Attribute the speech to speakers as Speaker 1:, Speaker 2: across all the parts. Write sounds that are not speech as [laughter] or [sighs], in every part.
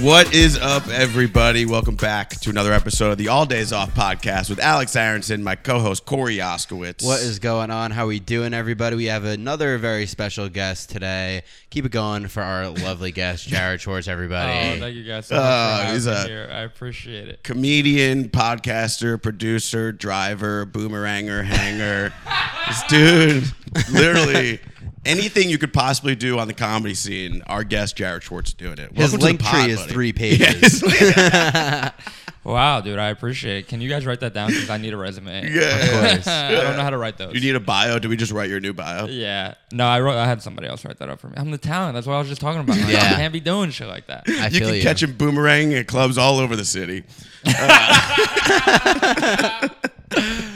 Speaker 1: What is up, everybody? Welcome back to another episode of the All Days Off podcast with Alex Aronson, my co-host Corey Oskowitz.
Speaker 2: What is going on? How we doing, everybody? We have another very special guest today. Keep it going for
Speaker 3: [laughs]
Speaker 2: our lovely guest, Jared Schwartz,
Speaker 3: Oh,
Speaker 2: everybody.
Speaker 3: thank you guys so much for having
Speaker 1: Oh, he's
Speaker 3: me
Speaker 1: a-
Speaker 3: here. I appreciate it.
Speaker 1: comedian, podcaster, producer, driver, boomeranger, hanger? this dude,
Speaker 2: [laughs]
Speaker 1: literally anything you could possibly do on the comedy scene, our guest Jared Schwartz is doing it. Welcome
Speaker 2: His
Speaker 1: to the
Speaker 2: link
Speaker 1: pod,
Speaker 2: tree is
Speaker 1: buddy. [laughs]
Speaker 2: three
Speaker 1: Yeah,
Speaker 2: pages.
Speaker 1: his link-
Speaker 3: Wow, dude, I appreciate it. Can you guys write that down? Because I need
Speaker 1: [laughs]
Speaker 3: a resume.
Speaker 2: [laughs]
Speaker 1: yeah.
Speaker 3: [laughs] I don't know how to write those.
Speaker 1: You need a bio? Do we just write your new bio?
Speaker 3: yeah. No, I wrote. I had somebody else write that up for me. I'm the talent. That's what I was just talking
Speaker 1: [laughs]
Speaker 3: about. Like,
Speaker 2: Yeah.
Speaker 3: I can't be doing shit like that.
Speaker 2: I
Speaker 1: you
Speaker 2: feel
Speaker 1: can
Speaker 2: you.
Speaker 1: catch him boomerang at clubs all over the city.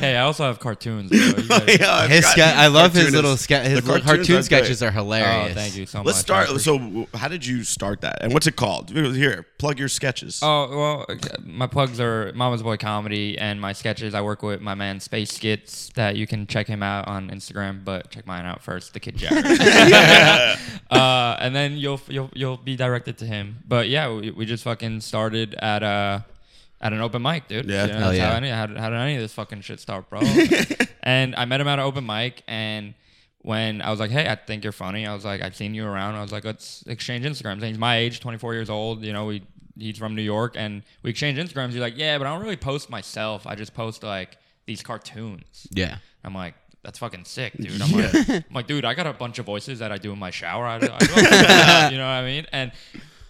Speaker 3: Hey, I also have cartoons. Bro. You guys-
Speaker 1: [laughs] Yeah, uh, I've
Speaker 2: his
Speaker 1: got-
Speaker 2: ske- I love his
Speaker 1: cartoonist.
Speaker 2: little sketch. His
Speaker 1: The
Speaker 2: little
Speaker 1: cartoons
Speaker 2: cartoon
Speaker 1: are
Speaker 2: sketches
Speaker 1: great.
Speaker 2: are hilarious.
Speaker 3: Oh, thank you so much.
Speaker 1: Let's
Speaker 3: I
Speaker 1: start.
Speaker 3: appreciate
Speaker 1: So, w- how did you start that, and what's it called? Here, plug your sketches.
Speaker 3: Oh well, okay, my plugs are Mama's Boy Comedy and my sketches. I work with my man Space Skits. That you can check him out on Instagram, but check mine out first, the Kid Jared. uh, and then you'll you'll you'll be directed to him. But yeah, we, we just fucking started at uh at an open mic, dude.
Speaker 1: Yeah.
Speaker 3: You know,
Speaker 1: Hell
Speaker 3: that's
Speaker 2: yeah.
Speaker 3: How, any, how, did- how did any of this fucking shit start, bro? and I met him at an open mic and. When I was like, "Hey, I think you're funny," I was like, "I've seen you around." I was like, "Let's exchange Instagrams." And he's my age, 24 years old. You know, we he's from New York, and we exchange Instagrams. He's like, "Yeah, but I don't really post myself. I just post like these cartoons."
Speaker 2: Yeah.
Speaker 3: I'm like, that's fucking sick, dude. I'm, like, I'm like, dude, I got a bunch of voices that I do in my shower. I, I love that, you know what I mean? And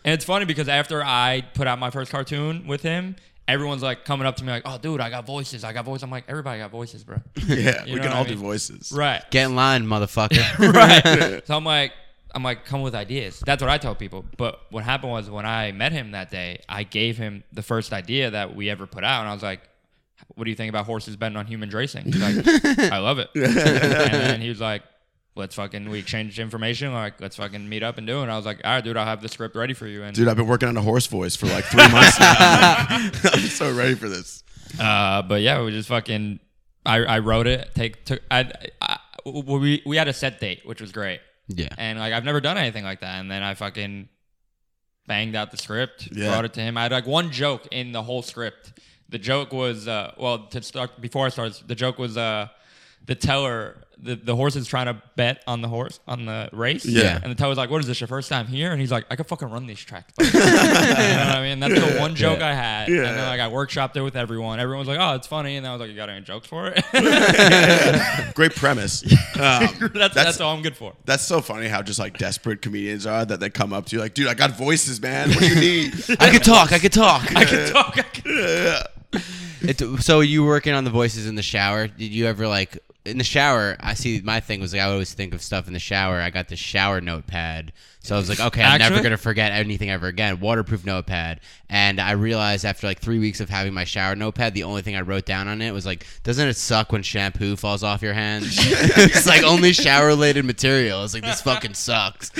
Speaker 3: and it's funny because after I put out my first cartoon with him, everyone's like coming up to me like, oh, dude, I got voices. I got voices. I'm like, everybody got voices, bro.
Speaker 1: yeah,
Speaker 3: you
Speaker 1: we
Speaker 3: know
Speaker 1: can
Speaker 3: what
Speaker 1: all
Speaker 3: I
Speaker 1: do
Speaker 3: mean?
Speaker 1: voices.
Speaker 3: right.
Speaker 2: Get in line, motherfucker.
Speaker 3: [laughs] right. So I'm like, I'm like, come with ideas. That's what I tell people. But what happened was when I met him that day, I gave him the first idea that we ever put out, and I was like, "What do you think about horses betting on humans racing?" He's like, "I love it." and then he was like, "Let's fucking we exchanged information. Like, let's fucking meet up and do it." And I was like, "All right, dude, I'll have the script ready for you." And
Speaker 1: Dude, I've been working on a horse voice for like three months
Speaker 3: [laughs]
Speaker 1: now. [laughs] I'm so ready for this.
Speaker 3: Uh, but yeah, we just fucking. I, I wrote it. Take took. I, I we we had a set date, which was great.
Speaker 2: Yeah.
Speaker 3: And like I've never done anything like that. And then I fucking banged out the script,
Speaker 1: Yeah.
Speaker 3: brought it to him. I had like one joke in the whole script. The joke was uh, well to start before I started. The joke was uh, the teller. The, the horse is trying to bet on the horse on the race.
Speaker 1: Yeah.
Speaker 3: And the teller's like, "What is this? Your first time here?" And he's like, "I could fucking run these tracks." [laughs] you know what I mean? That's the one joke I had. And
Speaker 1: Yeah.
Speaker 3: then like I workshopped it with everyone. Everyone was like, "Oh, it's funny," and I was like, "You got any jokes for it?" [laughs]
Speaker 1: Great premise. Um,
Speaker 3: that's, that's all I'm good
Speaker 1: [laughs]
Speaker 3: for.
Speaker 1: that's so funny how just like desperate comedians are that they come up to you like, dude, I got voices, man. What do you
Speaker 3: [laughs]
Speaker 1: need?
Speaker 2: I could talk. I could talk.
Speaker 3: Talk, I can-
Speaker 2: It's- so you working on the voices in the shower? Did you ever like in the shower? I see my thing was like I always think of stuff in the shower. I got the shower notepad, so I was like, okay, I'm never
Speaker 3: Actually-
Speaker 2: gonna forget anything ever again. Waterproof notepad, and I realized after like three weeks of having my shower notepad, the only thing I wrote down on it was like, doesn't it suck when shampoo falls off your hands? [laughs] it's like only shower related material. It's like this fucking sucks.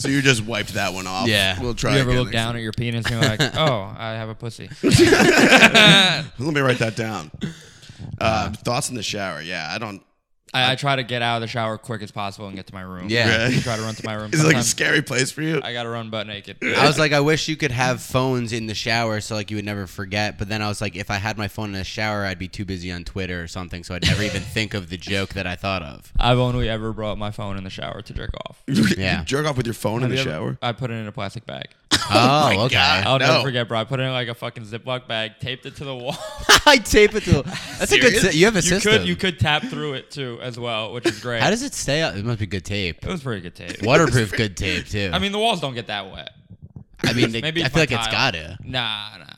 Speaker 1: so you just wiped that one off.
Speaker 2: Yeah.
Speaker 1: We'll try
Speaker 3: You ever
Speaker 1: again
Speaker 3: look
Speaker 1: next
Speaker 3: down
Speaker 1: time.
Speaker 3: at your penis and you're like, oh, I have a pussy?
Speaker 1: Let me write that down.
Speaker 3: Uh-huh.
Speaker 1: Uh, thoughts in the shower. Yeah, I don't.
Speaker 3: I, I try to get out of the shower quick as possible and get to my room.
Speaker 2: Yeah.
Speaker 3: I try to run
Speaker 1: [laughs]
Speaker 3: to my room.
Speaker 1: It's like a
Speaker 3: Sometimes
Speaker 1: scary place for you.
Speaker 3: I gotta run butt naked.
Speaker 2: I was like, I wish you could have phones in the shower so like you would never forget. But then I was like, if I had my phone in the shower, I'd be too busy on Twitter or something, so I'd never even think of the joke that I thought
Speaker 3: [laughs]
Speaker 2: of.
Speaker 3: I've only ever brought my phone in the shower to jerk off.
Speaker 2: Yeah.
Speaker 1: You jerk off with your phone in the
Speaker 3: Have you ever-
Speaker 1: shower.
Speaker 3: I put it in a plastic bag.
Speaker 2: Oh, okay.
Speaker 3: I'll
Speaker 1: No.
Speaker 3: never forget, bro. I put it in like a fucking Ziploc bag, taped it to the wall.
Speaker 2: [laughs] I tape it to. That's a good.
Speaker 1: Serious?
Speaker 2: si- You have a
Speaker 3: you
Speaker 2: system.
Speaker 3: could you could tap through it too as well, which is great.
Speaker 2: How does it stay up? It must be good tape.
Speaker 3: [laughs] it was pretty good tape.
Speaker 2: Waterproof good tape too.
Speaker 3: I mean, the walls don't get that wet.
Speaker 2: I mean, they-
Speaker 3: Maybe
Speaker 2: I
Speaker 3: it's
Speaker 2: feel
Speaker 3: my
Speaker 2: like it's
Speaker 3: tile.
Speaker 2: gotta.
Speaker 3: Nah, nah, nah.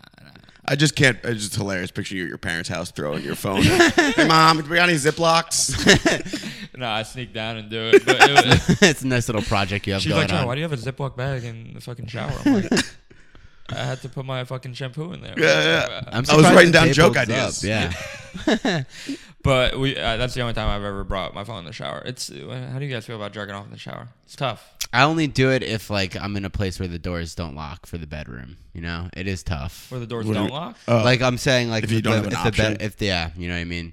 Speaker 1: I just can't. It's just hilarious. Picture you at your parents' house throwing your
Speaker 2: [laughs]
Speaker 1: phone. hey, mom, do we got any
Speaker 3: [laughs]
Speaker 1: Ziplocs? [laughs]
Speaker 3: Nah, I sneak down and do it. But it
Speaker 2: [laughs]
Speaker 3: was,
Speaker 2: it's a nice little project you have
Speaker 3: She's
Speaker 2: going
Speaker 3: like, John,
Speaker 2: on.
Speaker 3: why do you have a Ziploc bag in
Speaker 1: [laughs]
Speaker 3: the fucking shower? I'm like, I had to put my fucking shampoo in there.
Speaker 1: yeah, yeah.
Speaker 2: I'm
Speaker 1: I was
Speaker 2: surprised
Speaker 1: writing
Speaker 2: the
Speaker 1: down
Speaker 2: tape
Speaker 1: joke
Speaker 2: holds
Speaker 1: ideas.
Speaker 2: Up. Yeah.
Speaker 3: But we, uh, that's the only time I've ever brought my phone in the shower. It's uh, How do you guys feel about jerking off in the shower? It's tough.
Speaker 2: I only do it if like I'm in a place where the doors don't lock for the bedroom. You know, it is tough.
Speaker 3: Where the doors
Speaker 1: What do
Speaker 3: don't
Speaker 1: you-
Speaker 3: lock?
Speaker 1: Oh.
Speaker 2: like I'm saying, like
Speaker 1: If you
Speaker 2: the-
Speaker 1: don't have an
Speaker 2: if the bed-
Speaker 1: option?
Speaker 2: if yeah, you know what I mean.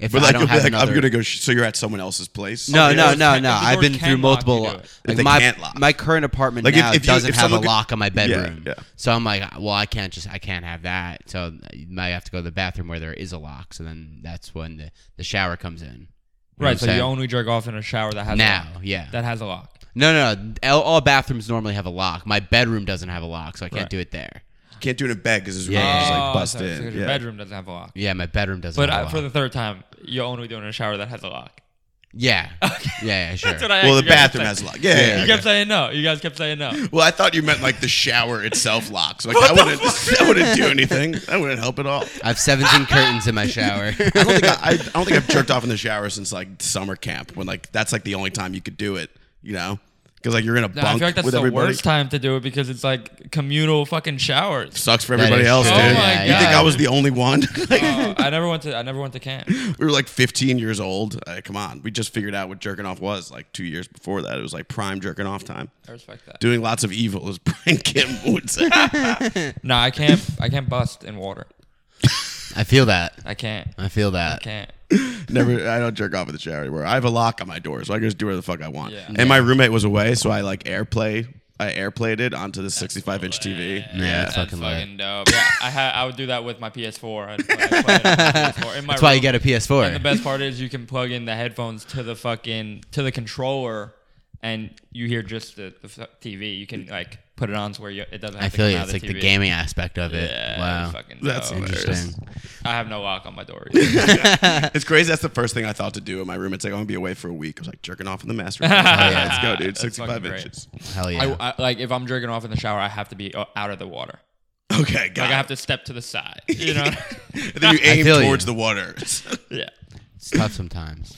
Speaker 2: If
Speaker 1: But
Speaker 2: I
Speaker 1: like,
Speaker 2: don't
Speaker 1: you'll be
Speaker 2: have
Speaker 1: like
Speaker 2: another,
Speaker 1: I'm
Speaker 2: [laughs]
Speaker 1: gonna go. Sh- so you're at someone else's place.
Speaker 2: No, no,
Speaker 3: Oh, yeah.
Speaker 2: no,
Speaker 3: If
Speaker 2: no.
Speaker 3: the
Speaker 2: I've
Speaker 3: door
Speaker 2: been through
Speaker 3: can lock,
Speaker 2: multiple.
Speaker 3: you do it.
Speaker 1: If they
Speaker 2: Like my
Speaker 1: can't lock.
Speaker 2: my current apartment
Speaker 1: Like, if-
Speaker 2: now
Speaker 1: if you-
Speaker 2: doesn't
Speaker 1: if
Speaker 2: have a
Speaker 1: someone could-
Speaker 2: lock on my
Speaker 1: Yeah,
Speaker 2: bedroom,
Speaker 1: yeah.
Speaker 2: so I'm like, well, I can't just I can't have that. So I have to go to the bathroom where there is a lock. So then that's when the, the shower comes in. You know what I'm
Speaker 3: Right. So you
Speaker 2: saying?
Speaker 3: only jerk off in a shower that has
Speaker 2: now,
Speaker 3: a lock.
Speaker 2: yeah.
Speaker 3: That has a lock.
Speaker 2: no, no, no. All, all bathrooms normally have a lock. My bedroom doesn't have a lock, so I can't
Speaker 3: Right.
Speaker 2: do it there.
Speaker 1: You can't do it in bed because it's
Speaker 2: Yeah.
Speaker 1: really just
Speaker 3: Oh,
Speaker 1: like bust
Speaker 3: so it's
Speaker 1: in.
Speaker 3: because Your
Speaker 1: Yeah.
Speaker 3: bedroom doesn't have a lock.
Speaker 2: Yeah, my bedroom doesn't.
Speaker 3: But
Speaker 2: have a
Speaker 3: I,
Speaker 2: lock.
Speaker 3: for the third time, you're only doing a shower that has a lock. [laughs]
Speaker 2: yeah, yeah, yeah, sure.
Speaker 3: That's what I.
Speaker 1: Well, the
Speaker 3: you guys kept
Speaker 1: bathroom
Speaker 3: saying-
Speaker 1: has a lock. Yeah, yeah, yeah,
Speaker 3: You
Speaker 1: yeah.
Speaker 3: kept saying no. You guys kept
Speaker 1: [laughs]
Speaker 3: saying no.
Speaker 1: Well, I thought you meant like the shower itself locks. Like that wouldn't [laughs] that wouldn't do anything. That wouldn't help at all.
Speaker 2: I have 17 curtains in my
Speaker 3: [laughs]
Speaker 2: shower.
Speaker 1: I don't think I, I don't think I've jerked off in the shower since like summer camp when like that's like the only time you could do it. You know, because like you're in a
Speaker 3: No,
Speaker 1: bunk
Speaker 3: I feel like that's
Speaker 1: with
Speaker 3: the
Speaker 1: everybody.
Speaker 3: worst time to do it because it's like communal fucking showers.
Speaker 1: Sucks for
Speaker 2: That
Speaker 1: everybody
Speaker 2: is
Speaker 1: else,
Speaker 2: true.
Speaker 1: dude.
Speaker 3: Oh my
Speaker 1: you think
Speaker 3: God.
Speaker 1: I was the only one? [laughs] Like,
Speaker 3: Oh, I never went to. I never went to camp.
Speaker 1: we were like 15 years old. Uh, come on, we just figured out what jerking off was like two years before that. It was like prime jerking off time.
Speaker 3: I respect that.
Speaker 1: Doing lots of evil, as [laughs] Brian Kim would
Speaker 3: [laughs]
Speaker 1: say.
Speaker 3: No, I can't. I can't bust in water.
Speaker 2: I feel that.
Speaker 3: I can't.
Speaker 2: I feel that.
Speaker 3: Can't.
Speaker 1: Never, I don't jerk off in the shower anymore. I have a lock on my door, so I can just do whatever the fuck I want.
Speaker 3: Yeah.
Speaker 1: And my roommate was away, so I like airplay. I airplayed it onto the 65 inch TV.
Speaker 2: Yeah, it's
Speaker 3: That's
Speaker 2: fucking
Speaker 3: fucking,
Speaker 2: lit.
Speaker 3: dope. Yeah, I ha- I would do that with my PS4. I'd play, I'd play
Speaker 2: [laughs]
Speaker 3: it on my PS4. In my
Speaker 2: That's why you
Speaker 3: room.
Speaker 2: get a PS4.
Speaker 3: And the best part is you can plug in the headphones to the fucking to the controller, and you hear just the, the fu- TV. You can like put it on to where you, it doesn't. Have
Speaker 2: I
Speaker 3: to
Speaker 2: feel
Speaker 3: come
Speaker 2: you.
Speaker 3: out
Speaker 2: It's
Speaker 3: of
Speaker 2: like the
Speaker 3: TV.
Speaker 2: gaming aspect of it.
Speaker 3: Yeah,
Speaker 2: wow.
Speaker 3: Fucking
Speaker 1: That's
Speaker 3: dope.
Speaker 1: hilarious.
Speaker 2: Interesting.
Speaker 3: I have no lock on
Speaker 2: [laughs]
Speaker 3: my door.
Speaker 1: It's crazy. That's the first thing I thought to do in my room. It's like, I'm going to be away for a week. I was like, jerking off in the
Speaker 3: [laughs]
Speaker 1: master bedroom.
Speaker 2: yeah.
Speaker 1: Let's go, dude. 65
Speaker 3: fucking great.
Speaker 1: inches.
Speaker 2: Hell yeah.
Speaker 3: I, I, like if I'm jerking off in the shower, I have to be uh, out of the water.
Speaker 1: Okay, got
Speaker 3: Like
Speaker 1: it.
Speaker 3: I have to step to
Speaker 1: [laughs]
Speaker 3: the side. You know?
Speaker 1: And
Speaker 3: [laughs]
Speaker 1: then you aim
Speaker 2: feel you.
Speaker 1: towards the water. [laughs] it's
Speaker 3: yeah.
Speaker 2: it's tough sometimes.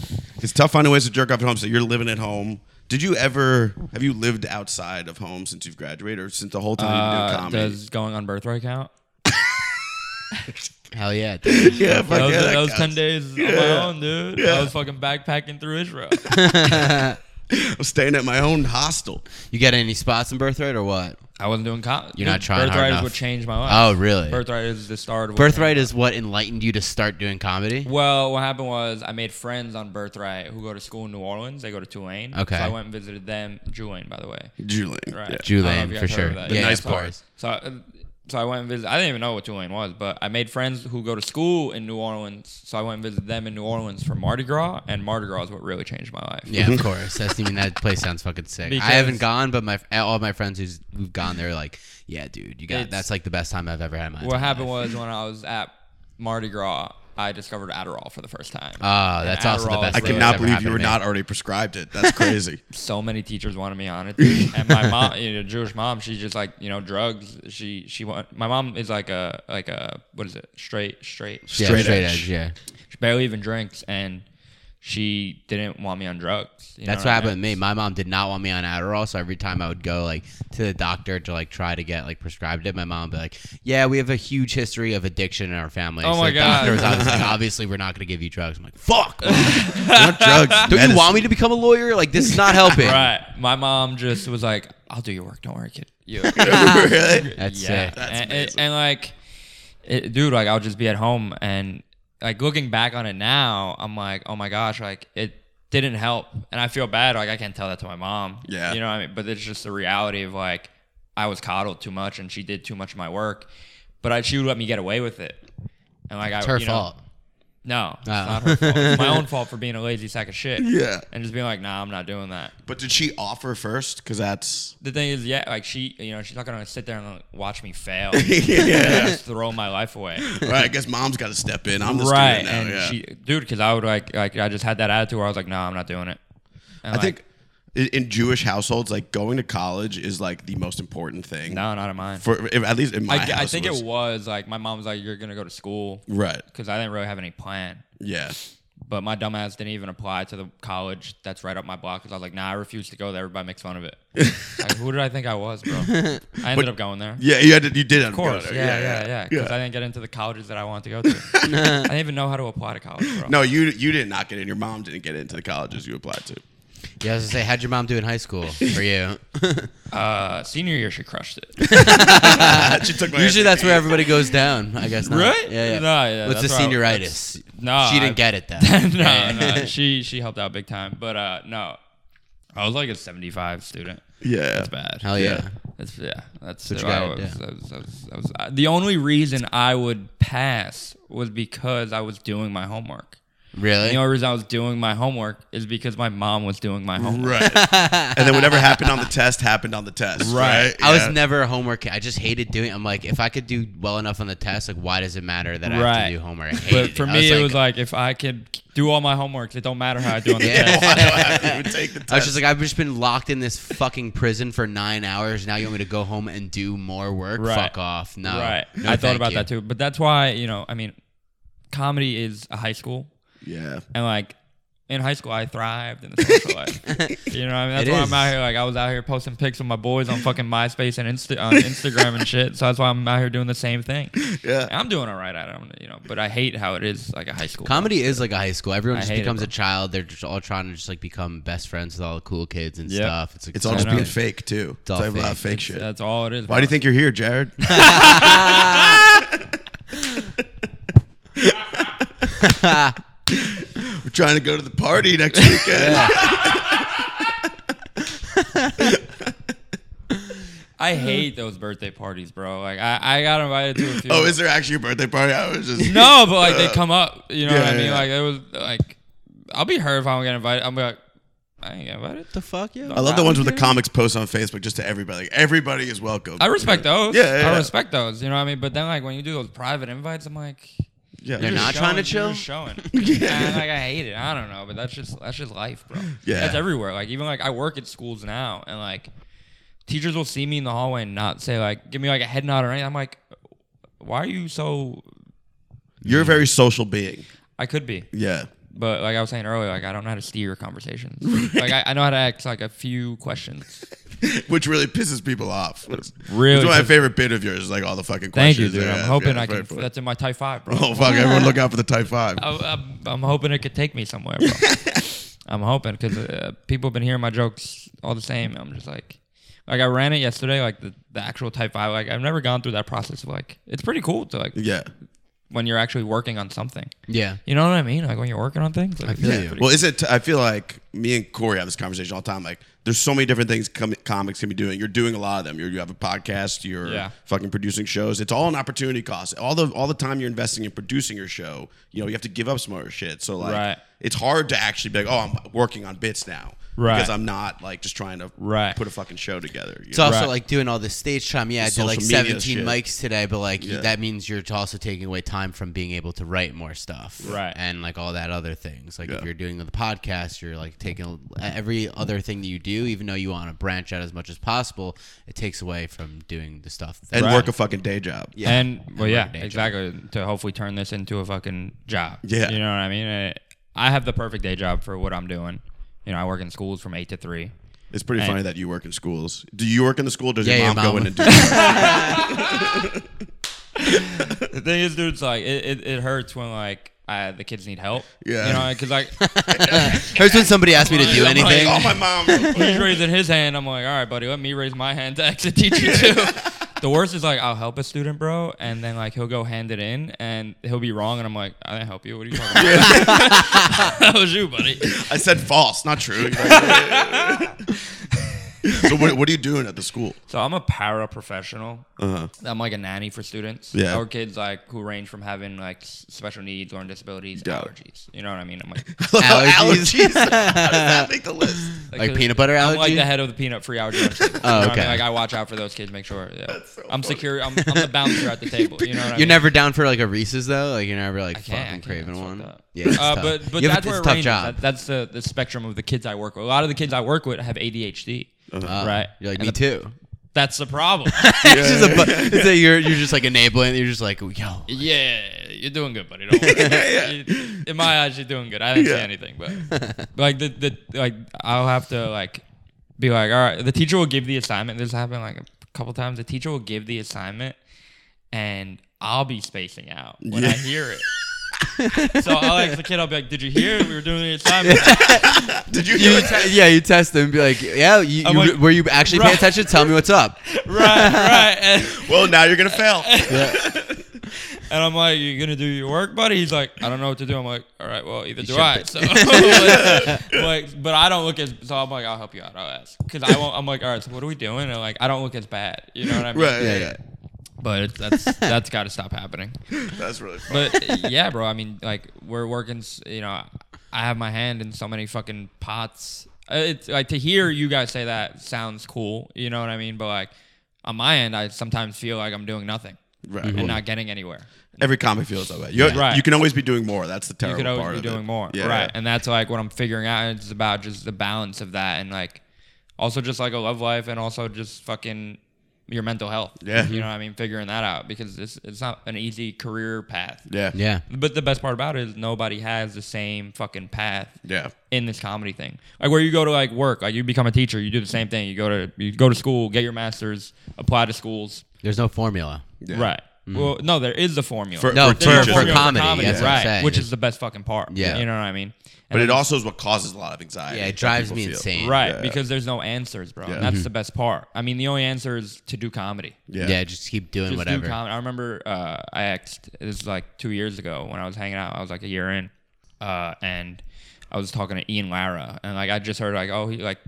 Speaker 1: tough finding ways to jerk off at home. So you're living at home. Did you ever, have you lived outside of home since you've graduated or since the whole time you've been
Speaker 3: Uh,
Speaker 1: doing comedy?
Speaker 3: does going on birthright count?
Speaker 2: Hell yeah.
Speaker 3: [laughs]
Speaker 1: [laughs]
Speaker 2: dude.
Speaker 1: yeah, fuck
Speaker 3: Those,
Speaker 1: yeah, that
Speaker 3: those
Speaker 1: counts.
Speaker 3: ten days on my own, dude. I was fucking backpacking through
Speaker 2: [laughs]
Speaker 3: Israel.
Speaker 1: I'm staying at my own hostel.
Speaker 2: you got any spots in Birthright or what?
Speaker 3: I wasn't doing comedy.
Speaker 2: You're not trying hard
Speaker 3: Birthright is
Speaker 2: enough.
Speaker 3: what changed my life.
Speaker 2: Oh, really?
Speaker 3: Birthright is the start of what
Speaker 2: Birthright
Speaker 3: changed
Speaker 2: is what enlightened you to start doing comedy?
Speaker 3: my- Well, what happened was I made friends on Birthright who go to school in New Orleans. They go to Tulane.
Speaker 2: Okay.
Speaker 3: So I went and visited them. Tulane, by the way.
Speaker 1: Julian.
Speaker 3: Right.
Speaker 1: Yeah.
Speaker 2: Tulane,
Speaker 3: I don't know if you
Speaker 2: for
Speaker 3: guys heard of
Speaker 2: sure.
Speaker 3: that.
Speaker 2: The
Speaker 3: Yeah,
Speaker 2: nice
Speaker 3: so I-
Speaker 2: bars.
Speaker 3: So, I- so I went and visited. I didn't even know what Tulane was, but I made friends who go to school in New Orleans. So I went and visited them in New Orleans for Mardi Gras, and Mardi Gras is what really changed my life.
Speaker 2: Yeah,
Speaker 3: [laughs]
Speaker 2: of course. That's I mean that place sounds fucking sick. I
Speaker 3: Because-
Speaker 2: haven't gone, but my all my friends who's, who've gone, they're like, "Yeah, dude, you got
Speaker 3: It's-
Speaker 2: that's like the best time I've ever had in my
Speaker 3: What
Speaker 2: entire
Speaker 3: happened
Speaker 2: life."
Speaker 3: was when I was at Mardi Gras, I discovered Adderall for the first time.
Speaker 2: Ah, that's
Speaker 3: And
Speaker 2: also the
Speaker 3: Adderall
Speaker 2: best
Speaker 1: I
Speaker 2: thing.
Speaker 3: is really-
Speaker 1: cannot
Speaker 2: ever
Speaker 1: believe
Speaker 2: happened
Speaker 1: you
Speaker 2: to
Speaker 1: were
Speaker 2: me.
Speaker 1: not already prescribed it.
Speaker 3: [laughs]
Speaker 1: That's crazy.
Speaker 3: so many teachers wanted me on it, dude. and my
Speaker 2: [laughs]
Speaker 3: mom, you know, Jewish mom, she's just like you know drugs. She she want, my mom is like a like a what is it straight straight
Speaker 2: yeah,
Speaker 1: straight
Speaker 2: straight,
Speaker 1: edge.
Speaker 2: edge. Yeah,
Speaker 3: She barely even drinks, and she didn't want me on drugs. you know
Speaker 2: That's what
Speaker 3: I
Speaker 2: happened to
Speaker 3: mean?
Speaker 2: me. My mom did not want me on Adderall, so every time I would go like to the doctor to like try to get like prescribed it, my mom would be like, "Yeah, we have a huge history of addiction in our family."
Speaker 3: Oh
Speaker 2: so
Speaker 3: my
Speaker 2: the doctor
Speaker 3: God. [laughs]
Speaker 2: was obviously, like, obviously we're not going to give you drugs. I'm like, "Fuck! [laughs]
Speaker 1: Not drugs.
Speaker 2: Don't you want me to become a lawyer? Like this is not helping."
Speaker 3: Right. My mom just was like, "I'll do your work. Don't worry, kid." [laughs] You.
Speaker 1: medicine. really?
Speaker 2: That's
Speaker 3: yeah.
Speaker 2: it.
Speaker 3: and, and, and, like, it, dude, like I'll just be at home and like looking back on it now, I'm like, oh my gosh, like it didn't help, and I feel bad. Like I can't tell that to my mom.
Speaker 1: Yeah.
Speaker 3: You know what I mean? But it's just the reality of like I was coddled too much, and she did too much of my work, but I, she would let me get away with it. And like
Speaker 2: It's
Speaker 3: I,
Speaker 2: her
Speaker 3: you know-
Speaker 2: fault.
Speaker 3: no, it's
Speaker 2: Oh.
Speaker 3: not her fault. It's my
Speaker 1: [laughs]
Speaker 3: own fault for being a lazy sack of shit.
Speaker 1: Yeah.
Speaker 3: And just being like, nah, I'm not doing that.
Speaker 1: But did she offer first? Because
Speaker 3: [laughs]
Speaker 1: that's. [laughs]
Speaker 3: The thing is, yeah, like she, you know, she's not gonna sit there and like, watch
Speaker 1: [laughs]
Speaker 3: me fail.
Speaker 1: yeah.
Speaker 3: just throw my life away.
Speaker 1: All right, I guess mom's got to step in. I'm the
Speaker 3: right.
Speaker 1: student now.
Speaker 3: and
Speaker 1: yeah.
Speaker 3: she, dude, because I would like, like, I just had that attitude where I was like, no, I'm not doing it. And
Speaker 1: I think in, in Jewish households, like going to college is like the most important thing.
Speaker 3: no, not in mine.
Speaker 1: For if, at least in my
Speaker 3: I,
Speaker 1: house,
Speaker 3: I think
Speaker 1: was-
Speaker 3: it was like my mom was like, you're gonna go to school
Speaker 1: right.
Speaker 3: because I didn't really have any plan.
Speaker 1: Yeah.
Speaker 3: But my dumbass didn't even apply to the college that's right up my block because I was like, nah, I refuse to go there. Everybody makes fun of [laughs] it. like, who did I think I was, [laughs] bro? I ended up going there.
Speaker 1: Yeah. You had to, You did. Of
Speaker 3: course. Yeah, yeah, yeah. Because I didn't get into the colleges that I wanted to go [laughs] to. I didn't even know how to apply to college, bro.
Speaker 1: No, you you did not get in. Your mom didn't get into the colleges you applied
Speaker 3: [laughs]
Speaker 1: to.
Speaker 2: Yeah, I was gonna say, how'd your mom do in high school for you?
Speaker 3: Uh, senior year, she crushed [laughs] it.
Speaker 1: she took my
Speaker 2: Usually that's where everybody goes down. I guess. Not.
Speaker 3: Really?
Speaker 2: Yeah. yeah.
Speaker 3: No, yeah,
Speaker 2: What's the
Speaker 3: that's where I-
Speaker 2: senioritis?
Speaker 3: No,
Speaker 2: she didn't get it though.
Speaker 3: [laughs] get. no, no, she she helped out big time. But uh, no, I was like a seventy-five student.
Speaker 1: Yeah.
Speaker 3: That's bad.
Speaker 2: Hell yeah.
Speaker 3: That's yeah. That's
Speaker 2: what you
Speaker 3: I
Speaker 2: gotta
Speaker 3: was-
Speaker 2: do.
Speaker 3: I was- I was- I was- I- the only reason I would pass was because I was doing my homework.
Speaker 2: Really?
Speaker 3: The only reason I was doing my homework is because my mom was doing
Speaker 2: [laughs]
Speaker 3: my homework.
Speaker 1: Right.
Speaker 3: [laughs]
Speaker 1: and then whatever happened on the test happened on the test. Right.
Speaker 2: I
Speaker 1: Yeah.
Speaker 2: was never a homework kid. I just hated doing. I'm like, if I could do well enough on the test, like, why does it matter that I have
Speaker 3: Right.
Speaker 2: to do homework? I
Speaker 3: But
Speaker 2: hated
Speaker 3: for
Speaker 2: I
Speaker 3: me, it was like if I could do all my homework, it don't matter how I do on the test.
Speaker 1: Why do [laughs] I
Speaker 2: [laughs]
Speaker 1: have
Speaker 2: yeah.
Speaker 1: to even
Speaker 3: [laughs]
Speaker 1: take the test?
Speaker 2: I was just like, I've just been locked in this fucking prison for nine hours. Now you want me to go home and do more work?
Speaker 3: Right.
Speaker 2: Fuck off. No.
Speaker 3: Right.
Speaker 2: No,
Speaker 3: I thought
Speaker 2: thank
Speaker 3: about
Speaker 2: you.
Speaker 3: that too. But that's why, you know, I mean, comedy is a high school.
Speaker 1: yeah.
Speaker 3: And like in high school, I thrived in the social life.
Speaker 2: [laughs]
Speaker 3: You know what I mean? That's
Speaker 2: It
Speaker 3: why
Speaker 2: is.
Speaker 3: I'm out here. Like I was out here posting pics with my boys on fucking MySpace and Insta- on Instagram and shit. So that's why I'm out here doing the same thing.
Speaker 1: Yeah.
Speaker 3: And I'm doing all right at it, I'm- you know, but I hate how it is like a high school.
Speaker 2: Comedy is like a high school. Everyone
Speaker 3: I
Speaker 2: just
Speaker 3: hate it,
Speaker 2: becomes
Speaker 3: bro.
Speaker 2: a child. They're just all trying to just like become best friends with all the cool kids and
Speaker 3: Yeah.
Speaker 2: stuff. It's like
Speaker 1: It's all
Speaker 2: so
Speaker 1: just
Speaker 3: know.
Speaker 1: being
Speaker 2: good.
Speaker 1: fake too. It's
Speaker 2: all
Speaker 1: like a lot of
Speaker 2: fake.
Speaker 1: fake shit.
Speaker 3: That's all it is.
Speaker 1: Why do you think you're here,
Speaker 3: [laughs]
Speaker 1: Jared? We're trying to go to the party next weekend.
Speaker 3: I
Speaker 1: Uh-huh.
Speaker 3: hate those birthday parties, bro. Like I, I got invited to
Speaker 1: [laughs]
Speaker 3: a few.
Speaker 1: Oh, is there actually a birthday party? I was just
Speaker 3: No, but like they come up. You know
Speaker 1: yeah,
Speaker 3: what I
Speaker 1: yeah,
Speaker 3: mean?
Speaker 1: yeah.
Speaker 3: Like it was like I'll be hurt if I don't get invited. I'm like I ain't get invited.
Speaker 2: the fuck, yeah.
Speaker 1: I love the ones with the comics posts on Facebook just to everybody. Like, everybody is welcome.
Speaker 3: I respect those.
Speaker 1: Yeah, yeah, yeah.
Speaker 3: I respect those. You know what I mean? But then like when you do those private invites, I'm like.
Speaker 1: yeah.
Speaker 2: They're
Speaker 1: you're
Speaker 2: not
Speaker 1: just-
Speaker 2: trying to
Speaker 1: [laughs]
Speaker 3: showing- You're just showing. And, like I hate it. I don't know, but that's just that's just life, bro.
Speaker 1: Yeah.
Speaker 3: That's everywhere. Like even like I work at schools now, and like teachers will see me in the hallway and not say like give me like a head nod or anything. I'm like, why are you so?
Speaker 1: You're a very social being.
Speaker 3: I could be.
Speaker 1: Yeah.
Speaker 3: But like I was saying earlier, like I don't know how to steer
Speaker 1: [laughs]
Speaker 3: conversations. like I, I know how to ask like a few questions.
Speaker 1: Which really pisses people off. It's
Speaker 3: Really
Speaker 1: it's one of my
Speaker 3: pisses-
Speaker 1: favorite bit of yours, is like all the fucking
Speaker 3: Thank you,
Speaker 1: questions.
Speaker 3: dude.
Speaker 1: they
Speaker 3: I'm
Speaker 1: ask.
Speaker 3: hoping
Speaker 1: Yeah,
Speaker 3: I
Speaker 1: it's
Speaker 3: can.
Speaker 1: very funny.
Speaker 3: That's Oh. in my type five, bro.
Speaker 1: Oh fuck!
Speaker 3: [laughs]
Speaker 1: Everyone, look out for the type five.
Speaker 3: I, I'm, I'm hoping it could take me somewhere,
Speaker 1: [laughs]
Speaker 3: bro. I'm hoping because uh, people have been hearing my jokes all the same. I'm just like, like I ran it yesterday, like the, the actual type five. Like I've never gone through that process. Of, like it's pretty cool to like
Speaker 1: Yeah.
Speaker 3: when you're actually working on something.
Speaker 2: Yeah.
Speaker 3: You know what I mean? Like when you're working on things. Like,
Speaker 2: feel
Speaker 3: it's
Speaker 2: you.
Speaker 3: pretty-
Speaker 1: Well, is it? I feel like me and Corey have this conversation all the time. Like, there's so many different things com- comics can be doing. You're doing a lot of them. You're, you have a podcast. You're
Speaker 3: Yeah.
Speaker 1: fucking producing shows. It's all an opportunity cost. All the all the time you're investing in producing your show, you know, you have to give up some other shit. So like,
Speaker 3: Right.
Speaker 1: it's hard to actually be like, oh, I'm working on bits now,
Speaker 3: Right.
Speaker 1: Because I'm not like just trying to
Speaker 3: Right.
Speaker 1: put a fucking show together. you
Speaker 2: It's also
Speaker 3: Right.
Speaker 2: like doing all this stage time. Yeah, I did
Speaker 1: social
Speaker 2: like
Speaker 1: media
Speaker 2: 17
Speaker 1: shit.
Speaker 2: mics today, but like
Speaker 1: Yeah.
Speaker 2: that means you're also taking away time from being able to write more stuff.
Speaker 3: Right.
Speaker 2: And like all that other things. Like
Speaker 1: Yeah.
Speaker 2: if you're doing the podcast, you're like taking every other thing that you do, even though you want to branch out as much as possible, it takes away from doing the stuff.
Speaker 1: and
Speaker 3: Right.
Speaker 1: work a fucking day job.
Speaker 2: Yeah.
Speaker 3: And well,
Speaker 2: And
Speaker 3: yeah,
Speaker 2: work a day job.
Speaker 3: exactly. To hopefully turn this into a fucking job.
Speaker 1: Yeah.
Speaker 3: you know what I mean. Uh, I have the perfect day job for what I'm doing. You know, I work in schools from eight to three.
Speaker 1: It's pretty
Speaker 3: And-
Speaker 1: funny that you work in schools. Do you work in the school? Does
Speaker 2: Yeah,
Speaker 1: your,
Speaker 2: your
Speaker 1: mom go
Speaker 2: mom-
Speaker 1: in and do? That?
Speaker 3: The thing is, dude, it's like it, it, it hurts when like I, the kids need help.
Speaker 1: Yeah.
Speaker 3: you know, [laughs] because like
Speaker 2: First, when somebody asked me to [laughs]
Speaker 1: [laughs]
Speaker 3: [laughs]
Speaker 2: do
Speaker 3: I'm like,
Speaker 2: anything,
Speaker 1: oh, my mom.
Speaker 3: he's raising his hand, I'm like, all right, buddy, let me raise my hand to exit teacher [laughs] too. the worst is like I'll help a student, bro, and then like he'll go hand it in and he'll be wrong, and I'm like, I didn't help you. What are you talking about? [laughs] that was you, buddy.
Speaker 1: I said false, not true. so [laughs] what, what are you doing at the school?
Speaker 3: So I'm a paraprofessional.
Speaker 1: Uh-huh.
Speaker 3: I'm like a nanny for students
Speaker 1: Yeah.
Speaker 3: or kids like who range from having like s- special needs, learning disabilities,
Speaker 1: Yeah.
Speaker 3: allergies. You know what I mean? I'm like,
Speaker 2: Allergies.
Speaker 1: [laughs] Allergies. [laughs] How does that make the list?
Speaker 2: Like peanut butter
Speaker 3: I'm
Speaker 2: allergy?
Speaker 3: like the head of the peanut free allergy. oh, okay.
Speaker 2: Oh, okay.
Speaker 3: Like I watch out for those kids, make sure. Yeah. I'm secure. I'm, I'm the bouncer at the table. You know what I
Speaker 2: you're
Speaker 3: mean?
Speaker 2: never down for like a Reese's though. Like you're never like
Speaker 3: I can't, I
Speaker 2: fucking
Speaker 3: can't,
Speaker 2: craving
Speaker 3: it's
Speaker 2: one.
Speaker 3: fucked up.
Speaker 2: Yeah, it's
Speaker 3: uh,
Speaker 2: tough.
Speaker 3: but but
Speaker 2: You have-
Speaker 3: that's
Speaker 2: it's
Speaker 3: where
Speaker 2: a
Speaker 3: it
Speaker 2: tough
Speaker 3: ranges.
Speaker 2: job.
Speaker 3: That- that's the, the spectrum of the kids I work with. A lot of the kids I work with have ADHD.
Speaker 2: Uh,
Speaker 3: right.
Speaker 2: You're like
Speaker 3: And
Speaker 2: me
Speaker 3: the-
Speaker 2: too.
Speaker 3: That's
Speaker 2: [laughs]
Speaker 3: the problem.
Speaker 2: it's just a, bu- it's a, you're you're just like enabling. You're just like yo.
Speaker 3: yeah, you're doing good, buddy.
Speaker 1: [laughs]
Speaker 3: Don't worry. You- In my eyes, you're doing good. I didn't say
Speaker 1: Yeah.
Speaker 3: anything,
Speaker 1: [laughs]
Speaker 3: but like the, the like I'll have to like be like, all right. The teacher will give the assignment. This happened like a couple times. The teacher will give the assignment, and I'll be spacing out when I
Speaker 1: Yeah.
Speaker 3: hear it.
Speaker 1: [laughs]
Speaker 3: so I'll like the kid. I'll be like, did you hear it? We were doing the assignment. [laughs]
Speaker 1: Did you do
Speaker 2: You
Speaker 1: it?
Speaker 2: te- yeah, you test them and be like, yeah, you,
Speaker 3: I'm
Speaker 2: you-
Speaker 3: like,
Speaker 2: were you actually paying
Speaker 3: "Right."
Speaker 2: attention? Tell me what's up.
Speaker 3: right, right. And, [laughs]
Speaker 1: Well, now you're gonna fail.
Speaker 3: And I'm like, "You gonna do your work, buddy?" He's like, "I don't know what to do." I'm like, "All right, well, either do
Speaker 2: should
Speaker 3: I."
Speaker 2: be.
Speaker 3: So, [laughs] like, like, but I don't look as so. I'm like, "I'll help you out. I'll ask," because I won't. I'm like, "All right, so what are we doing?" And like, I don't look as bad. You know what I mean?
Speaker 1: Right. Yeah, yeah.
Speaker 3: But it's, that's that's got to stop happening.
Speaker 1: That's really funny.
Speaker 3: But yeah, bro. I mean, like, we're working. s- You know, I have my hand in so many fucking pots. Uh, It's like to hear you guys say that sounds cool. You know what I mean? But like, on my end, I sometimes feel like I'm doing nothing
Speaker 1: Right.
Speaker 3: and not getting anywhere.
Speaker 1: Every comic feels that way. You're-
Speaker 3: Right.
Speaker 1: You can always be doing more. That's the
Speaker 3: you
Speaker 1: terrible
Speaker 3: could
Speaker 1: part.
Speaker 3: always be
Speaker 1: of it.
Speaker 3: doing more
Speaker 1: Yeah,
Speaker 3: right
Speaker 1: yeah.
Speaker 3: and that's like what i'm figuring out and it's about just the balance of that and like also just like a love life and also just fucking your mental health
Speaker 1: Yeah.
Speaker 3: you know what i mean figuring that out because it's, it's not an easy career path
Speaker 1: yeah.
Speaker 2: yeah.
Speaker 3: but the best part about it is nobody has the same fucking path
Speaker 1: Yeah.
Speaker 3: in this comedy thing. Like where you go to like work, like you become a teacher, you do the same thing. You go to you go to school, get your masters, apply to schools.
Speaker 2: There's no formula.
Speaker 1: Yeah.
Speaker 3: Right. Well, no, there is a formula.
Speaker 1: For-
Speaker 2: No,
Speaker 1: for
Speaker 2: for,
Speaker 3: There's a
Speaker 2: for,
Speaker 1: teachers.
Speaker 3: formula
Speaker 2: comedy. That's what I'm
Speaker 3: right?
Speaker 2: saying.
Speaker 3: Which is the best fucking part.
Speaker 2: Yeah.
Speaker 3: you know what I mean.
Speaker 1: But
Speaker 3: And
Speaker 1: it
Speaker 3: then-
Speaker 1: also is what causes a lot of anxiety.
Speaker 2: yeah, it
Speaker 1: that
Speaker 2: drives
Speaker 1: people
Speaker 2: me
Speaker 1: feel.
Speaker 2: insane.
Speaker 3: right
Speaker 1: Yeah.
Speaker 3: because there's no answers, bro.
Speaker 1: Yeah.
Speaker 3: And that's
Speaker 2: Mm-hmm.
Speaker 3: the best part. I mean, the only answer is to do comedy.
Speaker 2: Yeah.
Speaker 1: Yeah.
Speaker 2: just keep doing
Speaker 3: Just
Speaker 2: whatever.
Speaker 3: do comedy. I remember uh, I asked this is like two years ago when I was hanging out. I was like a year in, uh, and I was talking to Ian Lara, and like I just heard like oh he like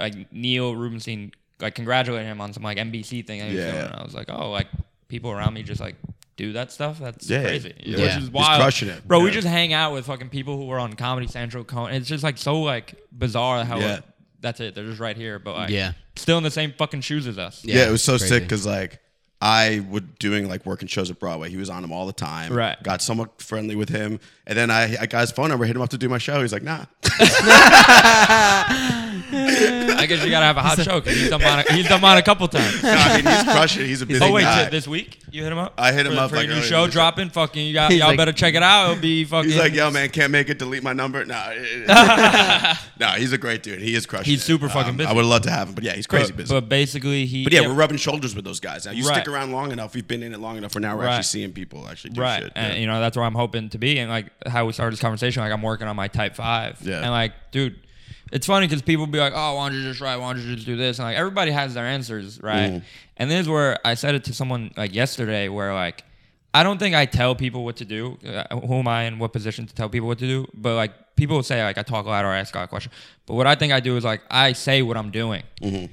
Speaker 3: like Neil Rubenstein like congratulating him on some like NBC thing. That he was
Speaker 1: Yeah.
Speaker 3: doing. And I was like oh like people around me just like do that stuff. That's
Speaker 1: Yeah.
Speaker 3: crazy.
Speaker 1: Yeah.
Speaker 3: Which
Speaker 2: He's
Speaker 3: is wild.
Speaker 1: crushing it.
Speaker 3: bro. We
Speaker 1: Yeah.
Speaker 3: just hang out with fucking people who were on Comedy Central. Con- it's just like so like bizarre how.
Speaker 1: Yeah.
Speaker 3: that's it. They're just right here, but like,
Speaker 2: Yeah.
Speaker 3: still in the same fucking shoes as us.
Speaker 1: Yeah,
Speaker 2: Yeah,
Speaker 1: it was so sick 'cause
Speaker 2: crazy.
Speaker 1: sick because like I would doing like working shows at Broadway. He was on them all the time.
Speaker 3: Right.
Speaker 1: Got somewhat friendly with him, and then I, I got his phone number, hit him up to do my show. He's like, nah. [laughs]
Speaker 3: I guess you gotta have a hot show because he's done mine. He's done mine a
Speaker 1: [laughs]
Speaker 3: couple times.
Speaker 1: No, I mean, he's crushing. it. He's a busy
Speaker 3: Oh wait,
Speaker 1: guy.
Speaker 3: shit, this week you hit him up?
Speaker 1: I hit him
Speaker 3: for,
Speaker 1: up,
Speaker 3: for
Speaker 1: like,
Speaker 3: your new
Speaker 1: earlier
Speaker 3: show
Speaker 1: this
Speaker 3: dropping. Fucking, you got
Speaker 2: He's
Speaker 3: y'all
Speaker 2: like-
Speaker 3: better check it out. It'll be fucking.
Speaker 1: he's like, yo, man, can't make it. Delete my number. Nah. it-
Speaker 3: [laughs]
Speaker 1: it- no, he's a great dude. He is crushing.
Speaker 3: He's
Speaker 1: it. Um,
Speaker 3: super fucking busy.
Speaker 1: I would love to have him, but yeah, he's
Speaker 3: But-
Speaker 1: crazy busy.
Speaker 3: But basically, he.
Speaker 1: But yeah, we're rubbing shoulders with those guys now. You stick
Speaker 3: Right.
Speaker 1: around long enough, we've been in it long enough where now we're
Speaker 3: Right.
Speaker 1: actually seeing people actually do
Speaker 3: right.
Speaker 1: shit.
Speaker 3: And
Speaker 1: yeah.
Speaker 3: you know that's where I'm hoping to be. And like how we started this conversation, like I'm working on my type five.
Speaker 1: Yeah.
Speaker 3: And like, dude, it's funny because people be like, oh, why don't you just write? Why don't you just do this? And like everybody has their answers, right?
Speaker 1: Mm.
Speaker 3: And this is where I said it to someone like yesterday, where like I don't think I tell people what to do. Uh, who am I in what position to tell people what to do? But like people would say like I talk a lot or I ask a lot of questions. But what I think I do is like I say what I'm doing.
Speaker 1: Mm-hmm.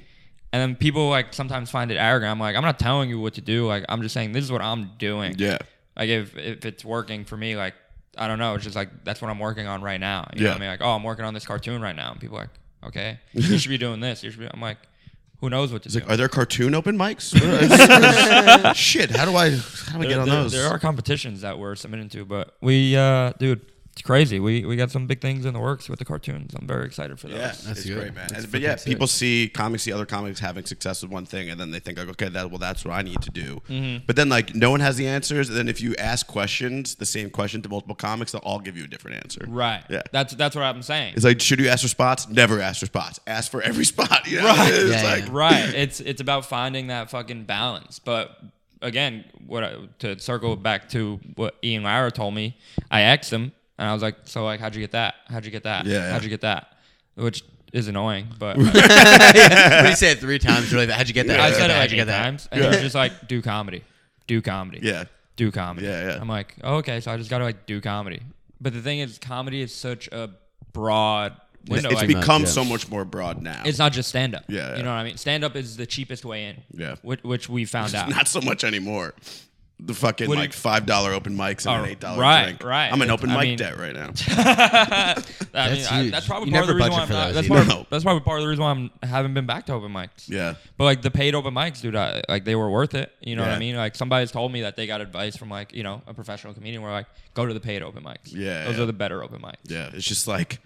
Speaker 3: And then people like sometimes find it arrogant. I'm like, I'm not telling you what to do. Like, I'm just saying this is what I'm doing.
Speaker 1: Yeah.
Speaker 3: Like if if it's working for me, like I don't know, it's just like that's what I'm working on right now. You know
Speaker 1: Yeah.
Speaker 3: what I mean? Like, oh, I'm working on this cartoon right now. And people are like,
Speaker 1: [laughs]
Speaker 3: okay, you should be doing this. You should be. I'm like, who knows what to
Speaker 1: He's
Speaker 3: do?
Speaker 1: like, are there cartoon open [laughs] mics? Shit, how do I how do I get on
Speaker 3: there,
Speaker 1: those?
Speaker 3: there are competitions that we're submitting to, but we, uh, dude, it's crazy. We we got some big things in the works with the cartoons. I'm very excited for those.
Speaker 1: Yeah,
Speaker 2: That's
Speaker 1: it's
Speaker 2: good.
Speaker 1: great, man.
Speaker 2: That's
Speaker 1: And- but yeah,
Speaker 2: fucking sick.
Speaker 1: people see comics, see other comics having success with one thing, and then they think like, okay, that well, that's what I need to do. But then like, no one has the answers. And then if you ask questions, the same question to multiple comics, they'll all give you a different answer.
Speaker 3: Right.
Speaker 1: Yeah.
Speaker 3: That's that's what I'm saying.
Speaker 1: It's like, should you ask for spots? Never ask for spots. Ask for every [laughs] spot. You know?
Speaker 3: Right.
Speaker 1: It's
Speaker 2: Yeah,
Speaker 1: like,
Speaker 2: yeah.
Speaker 3: right it's it's about finding that fucking balance but again what I, to circle back to what ian lara told me i asked him and i was like so like how'd you get that how'd you get that
Speaker 1: Yeah, yeah.
Speaker 3: how'd you get that which is annoying
Speaker 1: [laughs]
Speaker 3: but
Speaker 2: but he said it three times. Really, how'd you get that?
Speaker 3: i
Speaker 2: How'd you
Speaker 3: said
Speaker 2: get
Speaker 3: it
Speaker 2: that?
Speaker 3: like
Speaker 2: How'd you
Speaker 3: eight
Speaker 2: get that?
Speaker 3: times and he was just like do comedy do comedy
Speaker 1: Yeah.
Speaker 3: do comedy
Speaker 1: Yeah, yeah.
Speaker 3: i'm like oh, okay so i just gotta like do comedy but the thing is comedy is such a broad window
Speaker 1: it's
Speaker 3: like,
Speaker 1: become
Speaker 2: Yeah.
Speaker 1: so much more broad now.
Speaker 3: it's not just stand up
Speaker 1: Yeah, yeah.
Speaker 3: you know what i mean stand up is the cheapest way in
Speaker 1: Yeah.
Speaker 3: which, which we found
Speaker 1: [laughs]
Speaker 3: out
Speaker 1: not so much anymore. The fucking
Speaker 3: What do you-
Speaker 1: like five dollar open mics and
Speaker 3: Oh,
Speaker 1: an eight dollar
Speaker 3: right,
Speaker 1: drink.
Speaker 3: right.
Speaker 1: I'm an open
Speaker 3: I
Speaker 1: mic
Speaker 3: mean-
Speaker 1: debt right
Speaker 3: [laughs]
Speaker 1: now.
Speaker 3: I mean,
Speaker 2: That's
Speaker 3: I-
Speaker 2: huge.
Speaker 3: that's probably
Speaker 2: You
Speaker 3: part
Speaker 2: never
Speaker 3: of the reason
Speaker 2: budget
Speaker 3: why I'm
Speaker 2: for
Speaker 3: not,
Speaker 2: those
Speaker 3: that's,
Speaker 2: either.
Speaker 3: part,
Speaker 1: No.
Speaker 3: that's probably part of the reason why I'm- I haven't been back to open mics.
Speaker 1: yeah.
Speaker 3: But like the paid open mics, dude, I, like they were worth it. You know what
Speaker 1: Yeah.
Speaker 3: I mean? Like somebody's told me that they got advice from like you know a professional comedian where like go to the paid open mics.
Speaker 1: Yeah,
Speaker 3: those
Speaker 1: yeah.
Speaker 3: are the better open mics.
Speaker 1: Yeah, it's just like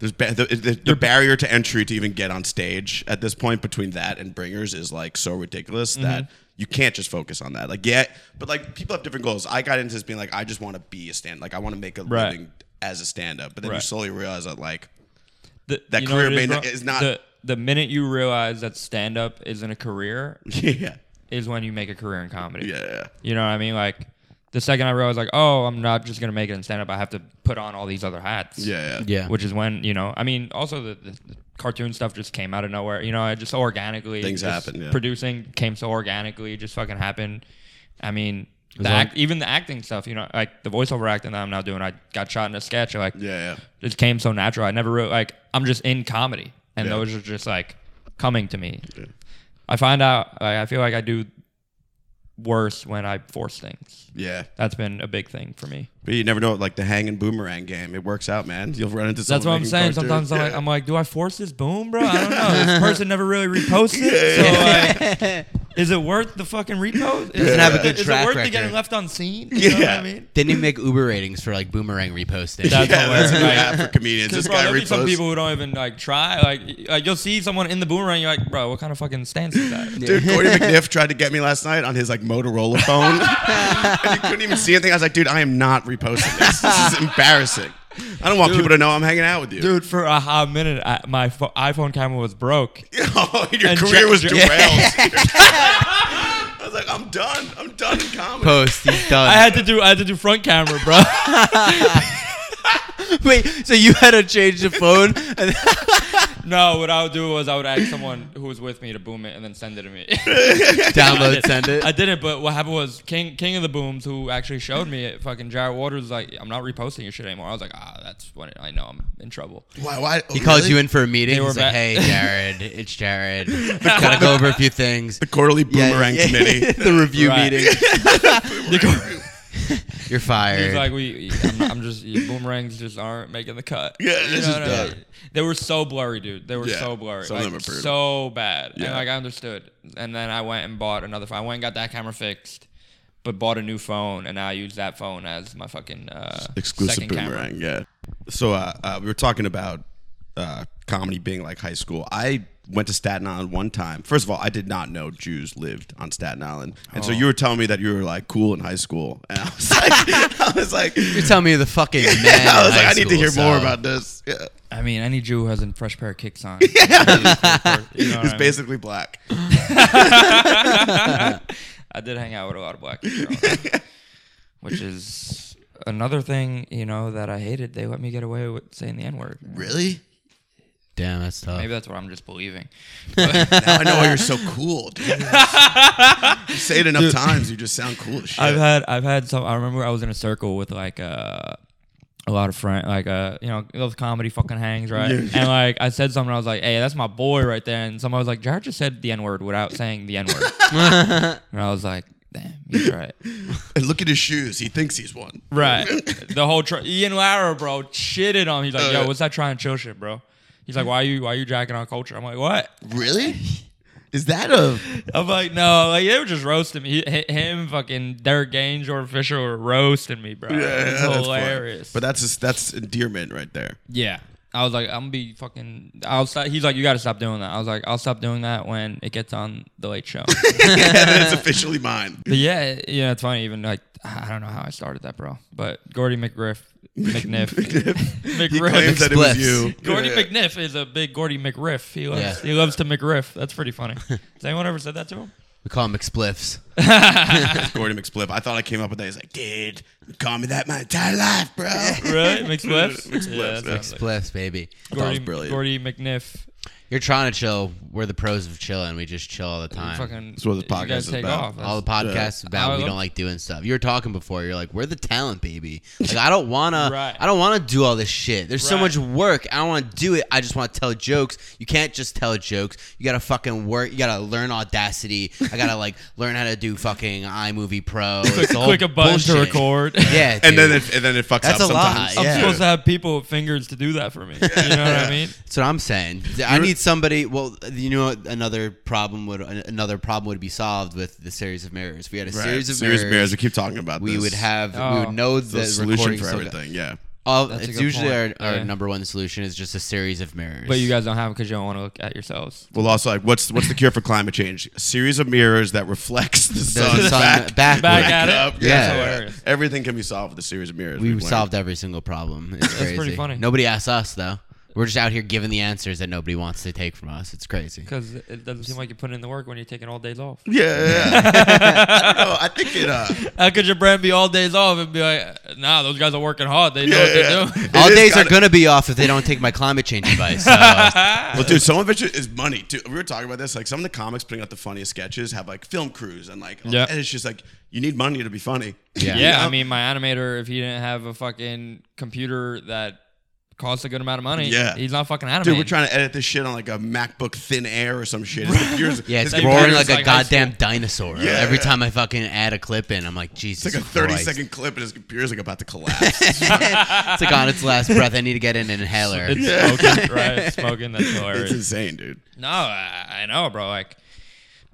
Speaker 1: there's ba- the, the, the barrier to entry to even get on stage at this point between that and bringers is like so ridiculous
Speaker 3: Mm-hmm.
Speaker 1: that you can't just focus on that. Like yeah, but like people have different goals. I got into this being like I just want to be a stand, like I want to make a
Speaker 3: Right.
Speaker 1: living as a stand up, but then you
Speaker 3: Right.
Speaker 1: slowly realize that like [laughs]
Speaker 3: The,
Speaker 1: That
Speaker 3: what
Speaker 1: career
Speaker 3: it
Speaker 1: may not-
Speaker 3: bro?
Speaker 1: is not-
Speaker 3: the, the minute you realize that stand up isn't a career
Speaker 1: yeah,
Speaker 3: is when you make a career in comedy.
Speaker 1: yeah,
Speaker 3: You know what I mean? Like the second I realized like oh I'm not just gonna make it in stand up I have to put on all these other hats.
Speaker 1: yeah,
Speaker 2: Yeah.
Speaker 3: which is when you know i mean also the, the, the cartoon stuff just came out of nowhere you know i just so organically
Speaker 1: Things
Speaker 3: just
Speaker 1: happen, yeah.
Speaker 3: producing came so organically it just fucking happened i mean The act, even the acting stuff, you know, like the voiceover acting that I'm now doing. I got shot in a sketch. Like
Speaker 1: Yeah, yeah.
Speaker 3: it came so natural. I never really like I'm just in comedy, and
Speaker 1: Yeah.
Speaker 3: those are just like coming to me. I find out like, I feel like I do worse when I force things.
Speaker 1: Yeah.
Speaker 3: That's been a big thing for me.
Speaker 1: But you never know, like the hanging boomerang game. It works out, man. You'll run into
Speaker 3: That's what
Speaker 1: someone
Speaker 3: I'm
Speaker 1: making
Speaker 3: saying.
Speaker 1: cartoons.
Speaker 3: Sometimes I'm
Speaker 1: Yeah.
Speaker 3: like, I'm like, do I force this boom, bro? I don't know. This person never really reposted. [laughs] So like, is it worth the fucking repost? Is,
Speaker 2: Doesn't have a good
Speaker 3: is it
Speaker 2: track
Speaker 3: worth the
Speaker 2: record.
Speaker 3: getting left unseen? You know what
Speaker 1: Yeah.
Speaker 3: I mean?
Speaker 2: Didn't even make Uber ratings for like boomerang reposting.
Speaker 3: That's
Speaker 1: [laughs] yeah, that's a new
Speaker 3: hilarious.
Speaker 1: app for comedians. This
Speaker 3: Because bro,
Speaker 1: guy
Speaker 3: there'll be some
Speaker 1: reposts-
Speaker 3: people who don't even like try. Like, like you'll see someone in the boomerang, you're like, bro, what kind of fucking stance is that?
Speaker 1: Dude,
Speaker 3: [laughs]
Speaker 1: Gordy McNiff tried to get me last night on his like Motorola phone. and he couldn't even see anything. I was like, dude, I am not reposting this. This
Speaker 3: [laughs]
Speaker 1: is embarrassing. I don't want people to know I'm hanging out with you. [laughs]
Speaker 3: Dude, for a hot minute, I, my pho- iPhone camera was broke.
Speaker 1: Oh, your
Speaker 3: And
Speaker 1: career
Speaker 3: Ja-
Speaker 1: was
Speaker 3: Ja-
Speaker 1: derailed. [laughs]
Speaker 3: [laughs]
Speaker 1: I was like, I'm done. I'm done in comedy.
Speaker 2: [laughs] Post. He's done.
Speaker 3: I had to do I had to do front camera, [laughs] bro.
Speaker 2: [laughs] Wait. So you had to change the phone?
Speaker 3: [laughs]
Speaker 2: And
Speaker 3: no, what I would do was I would ask someone who was with me to boom it and then send it to me. [laughs]
Speaker 2: download. Send it.
Speaker 3: I did it, but what happened was King King of the Booms, who actually showed me it, fucking Jared Waters, was like, I'm not reposting your shit anymore. I was like, ah, that's when I know I'm
Speaker 1: [laughs]
Speaker 3: in trouble.
Speaker 1: Why? why Oh,
Speaker 2: He calls you in for a meeting.
Speaker 3: They were
Speaker 2: He's like,
Speaker 3: back-
Speaker 2: "Hey, Jared, it's Jared.
Speaker 3: [laughs]
Speaker 2: Gotta go over a few things."
Speaker 1: the quarterly
Speaker 2: Yeah,
Speaker 1: boomerang
Speaker 2: yeah.
Speaker 1: committee.
Speaker 2: [laughs] the review
Speaker 3: Right.
Speaker 1: [laughs]
Speaker 2: meeting.
Speaker 3: He's
Speaker 2: You're fired.
Speaker 3: like, we, I'm, not- I'm just boomerangs just aren't making the cut.
Speaker 1: Yeah, this is
Speaker 3: what I
Speaker 1: done.
Speaker 3: mean? They were so blurry, dude. They were
Speaker 1: Yeah,
Speaker 3: so blurry,
Speaker 1: some of
Speaker 3: like,
Speaker 1: them are brutal.
Speaker 3: so bad.
Speaker 1: Yeah.
Speaker 3: And like I understood, and then I went and bought another. phone. I went and got that camera fixed. But bought a new phone and now I use that phone as my fucking uh,
Speaker 1: exclusive
Speaker 3: second camera.
Speaker 1: boomerang. Yeah. So uh, uh, we were talking about uh, comedy being like high school. I went to Staten Island one time. First of all, I did not know Jews lived on Staten Island, and so
Speaker 3: Oh.
Speaker 1: you were telling me that you were like cool in high school, and I was [laughs] like, I was like,
Speaker 2: You're telling me the fucking
Speaker 1: [laughs]
Speaker 2: man.
Speaker 1: I
Speaker 2: in
Speaker 1: was like,
Speaker 2: high
Speaker 1: I need to
Speaker 2: school,
Speaker 1: hear more
Speaker 2: so-
Speaker 1: about this.
Speaker 3: [laughs]
Speaker 1: Yeah.
Speaker 3: I mean, any Jew who has a fresh pair of
Speaker 1: [laughs]
Speaker 3: kicks on. You know what
Speaker 1: He's
Speaker 3: I mean?
Speaker 1: basically black.
Speaker 3: I did hang out with a lot of black people, [laughs] which is another thing you know that I hated. They let me get away with saying the n word.
Speaker 1: Really?
Speaker 2: Damn, that's tough.
Speaker 3: Maybe that's what I'm just believing.
Speaker 1: Now I know why you're so cool. Dude. you say it enough times, you just sound cool as shit.
Speaker 3: I've had I've had some. I remember I was in a circle with like uh, a lot of friends, like uh, you know those comedy fucking hangs, right? And like I said something, I was like, "Hey, that's my boy right there," and someone was like, "Jared just said the n word without saying the n word," and I was like, "Damn, he's right."
Speaker 1: and look at his shoes. He thinks he's one.
Speaker 3: Right. the whole tr Ian Lara, bro, shitted on. me. He's like,
Speaker 1: Uh,
Speaker 3: yo, what's that try and chill shit, bro? He's like, why you why you jacking on culture? I'm like, what? [laughs]
Speaker 1: Really? Is that a
Speaker 3: I'm like, no, like they were just roasting me. He- hi- him, fucking Derek Gaines, Jordan Fisher were roasting me, bro.
Speaker 1: Yeah,
Speaker 3: it's
Speaker 1: yeah, that's funny.
Speaker 3: hilarious.
Speaker 1: But that's just, that's endearment right
Speaker 2: [laughs]
Speaker 1: there. [laughs]
Speaker 3: yeah. I was like, I'm gonna be fucking. I'll stop. He's like, you gotta stop doing that. I was like, I'll stop doing that when it gets on the
Speaker 1: [laughs]
Speaker 3: late show. but
Speaker 1: yeah, that's officially mine. [laughs]
Speaker 3: yeah, yeah, it's funny. Even like, I don't know how I started that, bro. But
Speaker 1: [laughs]
Speaker 3: Gordy McGriff, McNiff,
Speaker 1: McNiff. He
Speaker 3: McRib.
Speaker 1: claims that it was
Speaker 2: Spliffs.
Speaker 1: you.
Speaker 3: Gordy
Speaker 1: Yeah.
Speaker 3: McNiff is a big Gordy McRiff. He loves
Speaker 2: Yeah.
Speaker 3: he loves to McRiff. That's pretty funny. Has anyone ever said that to him?
Speaker 2: we call him McSpliffs.
Speaker 1: [laughs] Gordy McSpliff. I thought I came up with that. He's like, dude, you call me that my entire life,
Speaker 2: [laughs]
Speaker 1: bro.
Speaker 3: Really? McSpliffs?
Speaker 1: McSpliffs, yeah.
Speaker 2: McSpliffs, baby.
Speaker 1: that was
Speaker 3: Gordy,
Speaker 1: brilliant.
Speaker 3: Gordy McNiff.
Speaker 2: You're trying to chill. We're the pros of chilling. We just chill all the time.
Speaker 3: Fucking,
Speaker 1: That's what this
Speaker 3: you guys
Speaker 1: podcast is
Speaker 3: take
Speaker 1: about.
Speaker 3: off.
Speaker 2: all the
Speaker 3: That's-
Speaker 2: podcasts
Speaker 3: I
Speaker 2: about we
Speaker 3: love-
Speaker 2: don't like doing stuff. You were talking before. You're like, we're the talent, baby. Like I don't wanna,
Speaker 3: [laughs] Right.
Speaker 2: I don't wanna do all this shit. There's so
Speaker 3: Right.
Speaker 2: much work. I don't wanna do it. I just wanna tell jokes. You can't just tell jokes. You gotta fucking work. You gotta learn Audacity. I gotta like [laughs] learn how to do fucking iMovie
Speaker 3: [laughs]
Speaker 2: Pro. It's all
Speaker 3: click a button to
Speaker 2: bullshit.
Speaker 3: record.
Speaker 2: Yeah,
Speaker 1: And then
Speaker 2: dude.
Speaker 1: it, and then it fucks
Speaker 2: That's
Speaker 1: up
Speaker 2: a lie,
Speaker 1: sometimes.
Speaker 3: I'm
Speaker 2: yeah.
Speaker 3: supposed to have people with fingers to do that for me. You know what I mean?
Speaker 2: That's what I'm saying. I need somebody. Well, you know, what another problem would another problem would be solved with the series of mirrors. If we had a
Speaker 1: Right.
Speaker 2: series of
Speaker 1: Serious
Speaker 2: mirrors.
Speaker 1: bears. We keep talking about
Speaker 2: we
Speaker 1: this.
Speaker 2: would have we
Speaker 3: Oh.
Speaker 2: would know
Speaker 1: It's a
Speaker 2: the
Speaker 1: solution
Speaker 2: recording
Speaker 1: for
Speaker 2: still got-
Speaker 1: everything. Yeah.
Speaker 2: All,
Speaker 3: That's a
Speaker 2: it's
Speaker 3: good
Speaker 2: usually
Speaker 3: point.
Speaker 2: our, our
Speaker 3: Yeah.
Speaker 2: number one solution is just a series of mirrors.
Speaker 3: But you guys don't have it because you don't want to look at yourselves.
Speaker 1: Well, also, like, what's what's the cure for climate change? A series of mirrors that reflects the
Speaker 3: [laughs]
Speaker 2: the
Speaker 1: sun
Speaker 2: sun
Speaker 1: back.
Speaker 2: back,
Speaker 3: Back
Speaker 2: up.
Speaker 3: at it.
Speaker 1: up.
Speaker 3: That's
Speaker 2: Yeah.
Speaker 3: hilarious.
Speaker 1: Everything can be solved with a series of mirrors.
Speaker 2: We
Speaker 1: We've learned.
Speaker 2: solved every single problem. It's crazy.
Speaker 3: pretty funny.
Speaker 2: Nobody asks us though. We're just out here giving the answers that nobody wants to take from us. It's crazy.
Speaker 3: Because it doesn't seem like you put in the work when you're taking all days off.
Speaker 1: Yeah, yeah. yeah.
Speaker 3: [laughs]
Speaker 1: I don't know. I think it. Uh,
Speaker 3: How could your brand be all days off and be like, nah, those guys are working hard. They know what
Speaker 1: yeah.
Speaker 3: they're doing.
Speaker 1: It
Speaker 2: All
Speaker 1: is
Speaker 2: days are
Speaker 1: kinda-
Speaker 2: gonna be off if they don't take my climate change
Speaker 3: [laughs]
Speaker 2: advice. So.
Speaker 1: Well, dude, some of it is money too. We were talking about this. Like some of the comics putting out the funniest sketches have like film crews and like,
Speaker 3: Yeah.
Speaker 1: and it's just like you need money to be funny.
Speaker 2: Yeah.
Speaker 3: Yeah,
Speaker 1: Yeah.
Speaker 3: I mean, my animator, if he didn't have a fucking computer that costs a good amount of money,
Speaker 1: Yeah.
Speaker 3: he's not fucking animating.
Speaker 1: Dude, we're trying to edit this shit on like a MacBook Thin Air or some shit. His
Speaker 3: [laughs]
Speaker 1: computer's-
Speaker 2: Yeah, it's
Speaker 1: his
Speaker 2: roaring
Speaker 1: computer's
Speaker 2: like a
Speaker 3: like high
Speaker 2: goddamn dinosaur.
Speaker 1: Yeah.
Speaker 2: Every time I fucking add a clip in, I'm like, Jesus.
Speaker 1: It's like a 30
Speaker 2: Christ.
Speaker 1: second clip and his computer's like about to
Speaker 3: [laughs]
Speaker 1: collapse.
Speaker 2: it's like on its last breath. I need to get
Speaker 1: [laughs]
Speaker 2: an inhaler.
Speaker 3: It's smoking, right? Smoking. That's hilarious.
Speaker 1: it's insane, dude.
Speaker 3: No, I, I know, bro. Like,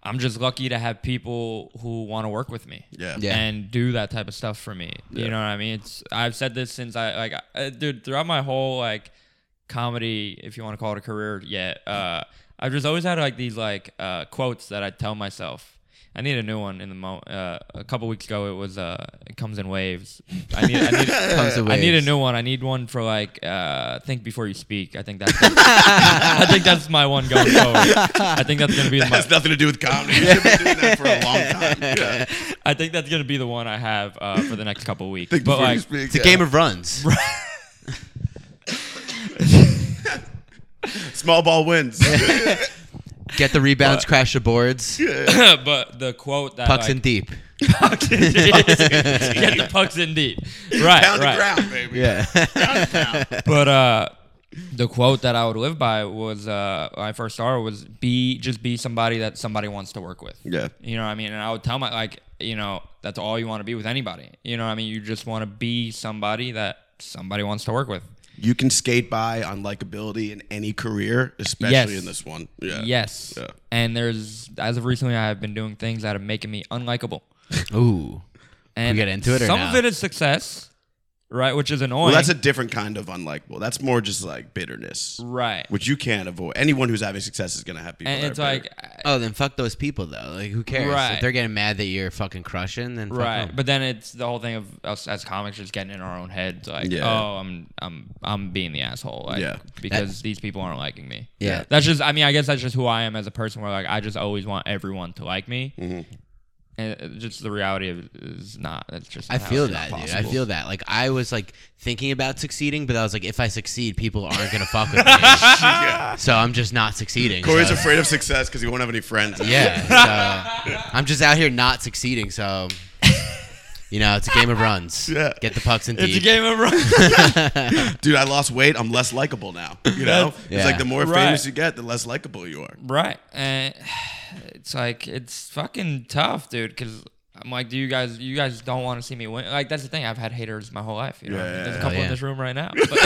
Speaker 3: I'm just lucky to have people who want to work with me.
Speaker 1: Yeah.
Speaker 2: Yeah.
Speaker 3: And do that type of stuff for me.
Speaker 1: Yeah.
Speaker 3: You know what I mean? It's I've said this since I like, I, dude, throughout my whole like comedy, if you want to call it a career, yet uh, I've just always had like these like uh, quotes that I tell myself. I need a new one in the mo. Uh, a couple weeks ago, it was uh, "It comes in waves." I need, I need,
Speaker 1: [laughs]
Speaker 2: Comes in
Speaker 3: I need a
Speaker 2: waves.
Speaker 3: new one. I need one for like uh, think before you speak. I think that's I think that's my
Speaker 1: [laughs]
Speaker 3: one going forward. I think that's gonna be
Speaker 1: That
Speaker 3: my,
Speaker 1: has nothing to do with comedy. You should be doing that for a
Speaker 2: [laughs]
Speaker 1: long time. Yeah.
Speaker 3: I think that's gonna be the one I have uh, for the next couple of weeks.
Speaker 1: Think
Speaker 3: but
Speaker 1: before you
Speaker 3: like,
Speaker 1: speak,
Speaker 2: It's a
Speaker 1: yeah.
Speaker 2: game of runs.
Speaker 1: small ball
Speaker 2: [laughs]
Speaker 1: wins.
Speaker 2: Get the rebounds, crash the boards,
Speaker 3: [coughs] but the quote that
Speaker 2: pucks
Speaker 3: like,
Speaker 2: in deep.
Speaker 3: [laughs] pucks in deep. get the pucks in deep. Right,
Speaker 1: Pound
Speaker 3: right.
Speaker 1: the ground, baby.
Speaker 2: Yeah.
Speaker 3: But uh, the quote that I would live by was uh, when I first started was be just be somebody that somebody wants to work with.
Speaker 1: Yeah.
Speaker 3: You know what I mean? And I would tell my like, you know, that's all you want to be with anybody. You know what I mean? You just want to be somebody that somebody wants to work with.
Speaker 1: You can skate by on likability in any career, especially
Speaker 3: Yes.
Speaker 1: in this one. Yeah.
Speaker 3: Yes.
Speaker 1: Yeah.
Speaker 3: And there's as of recently, I have been doing things that are making me unlikable.
Speaker 2: [laughs] Ooh.
Speaker 3: And
Speaker 2: get into it or
Speaker 3: some
Speaker 2: no?
Speaker 3: of it is success, right? Which is annoying.
Speaker 1: Well, that's a different kind of unlikable. That's more just like bitterness,
Speaker 3: right.
Speaker 1: which you can't avoid. Anyone who's having success is going to have people.
Speaker 3: and
Speaker 1: that
Speaker 3: it's
Speaker 1: are
Speaker 3: like
Speaker 1: bitter.
Speaker 2: Oh, then fuck those people though. Like, who cares? If
Speaker 3: Right.
Speaker 2: they're getting mad that you're fucking crushing, then fuck
Speaker 3: right.
Speaker 2: them.
Speaker 3: But then it's the whole thing of us as comics just getting in our own heads, like,
Speaker 1: Yeah.
Speaker 3: oh, I'm I'm I'm being the asshole, like,
Speaker 1: Yeah.
Speaker 3: because these people aren't liking me.
Speaker 2: Yeah.
Speaker 3: That's just. I mean, I guess that's just who I am as a person. Where like I just always want everyone to like me.
Speaker 1: Mm-hmm.
Speaker 3: And it- just the reality of it is not. That's just.
Speaker 2: I
Speaker 3: how
Speaker 2: feel
Speaker 3: it's
Speaker 2: that, dude. I
Speaker 3: possible.
Speaker 2: feel that. Like I was like thinking about succeeding, but I was like, if I succeed, people aren't gonna fuck
Speaker 3: [laughs]
Speaker 2: with me.
Speaker 3: ah!
Speaker 1: yeah.
Speaker 2: so I'm just not succeeding.
Speaker 1: Corey's
Speaker 2: so-
Speaker 1: afraid of success because he won't have any friends.
Speaker 3: [laughs]
Speaker 2: Yeah. So I'm just out here not succeeding. So you know, it's a game of runs.
Speaker 1: Yeah.
Speaker 2: Get the pucks in deep.
Speaker 3: It's a game of runs.
Speaker 1: dude, I lost weight. I'm less likable now. You know,
Speaker 2: Yeah.
Speaker 1: it's like the more
Speaker 3: Right.
Speaker 1: famous you get, the less likable you are.
Speaker 3: [laughs] Right. And it's like it's fucking tough, dude. Because I'm like, do you guys? You guys don't want to see me win. Like that's the thing. I've had haters my whole life. You know, what I mean? there's a
Speaker 1: Yeah.
Speaker 3: couple
Speaker 2: Oh, yeah.
Speaker 3: in this room
Speaker 1: [laughs]
Speaker 3: right now. But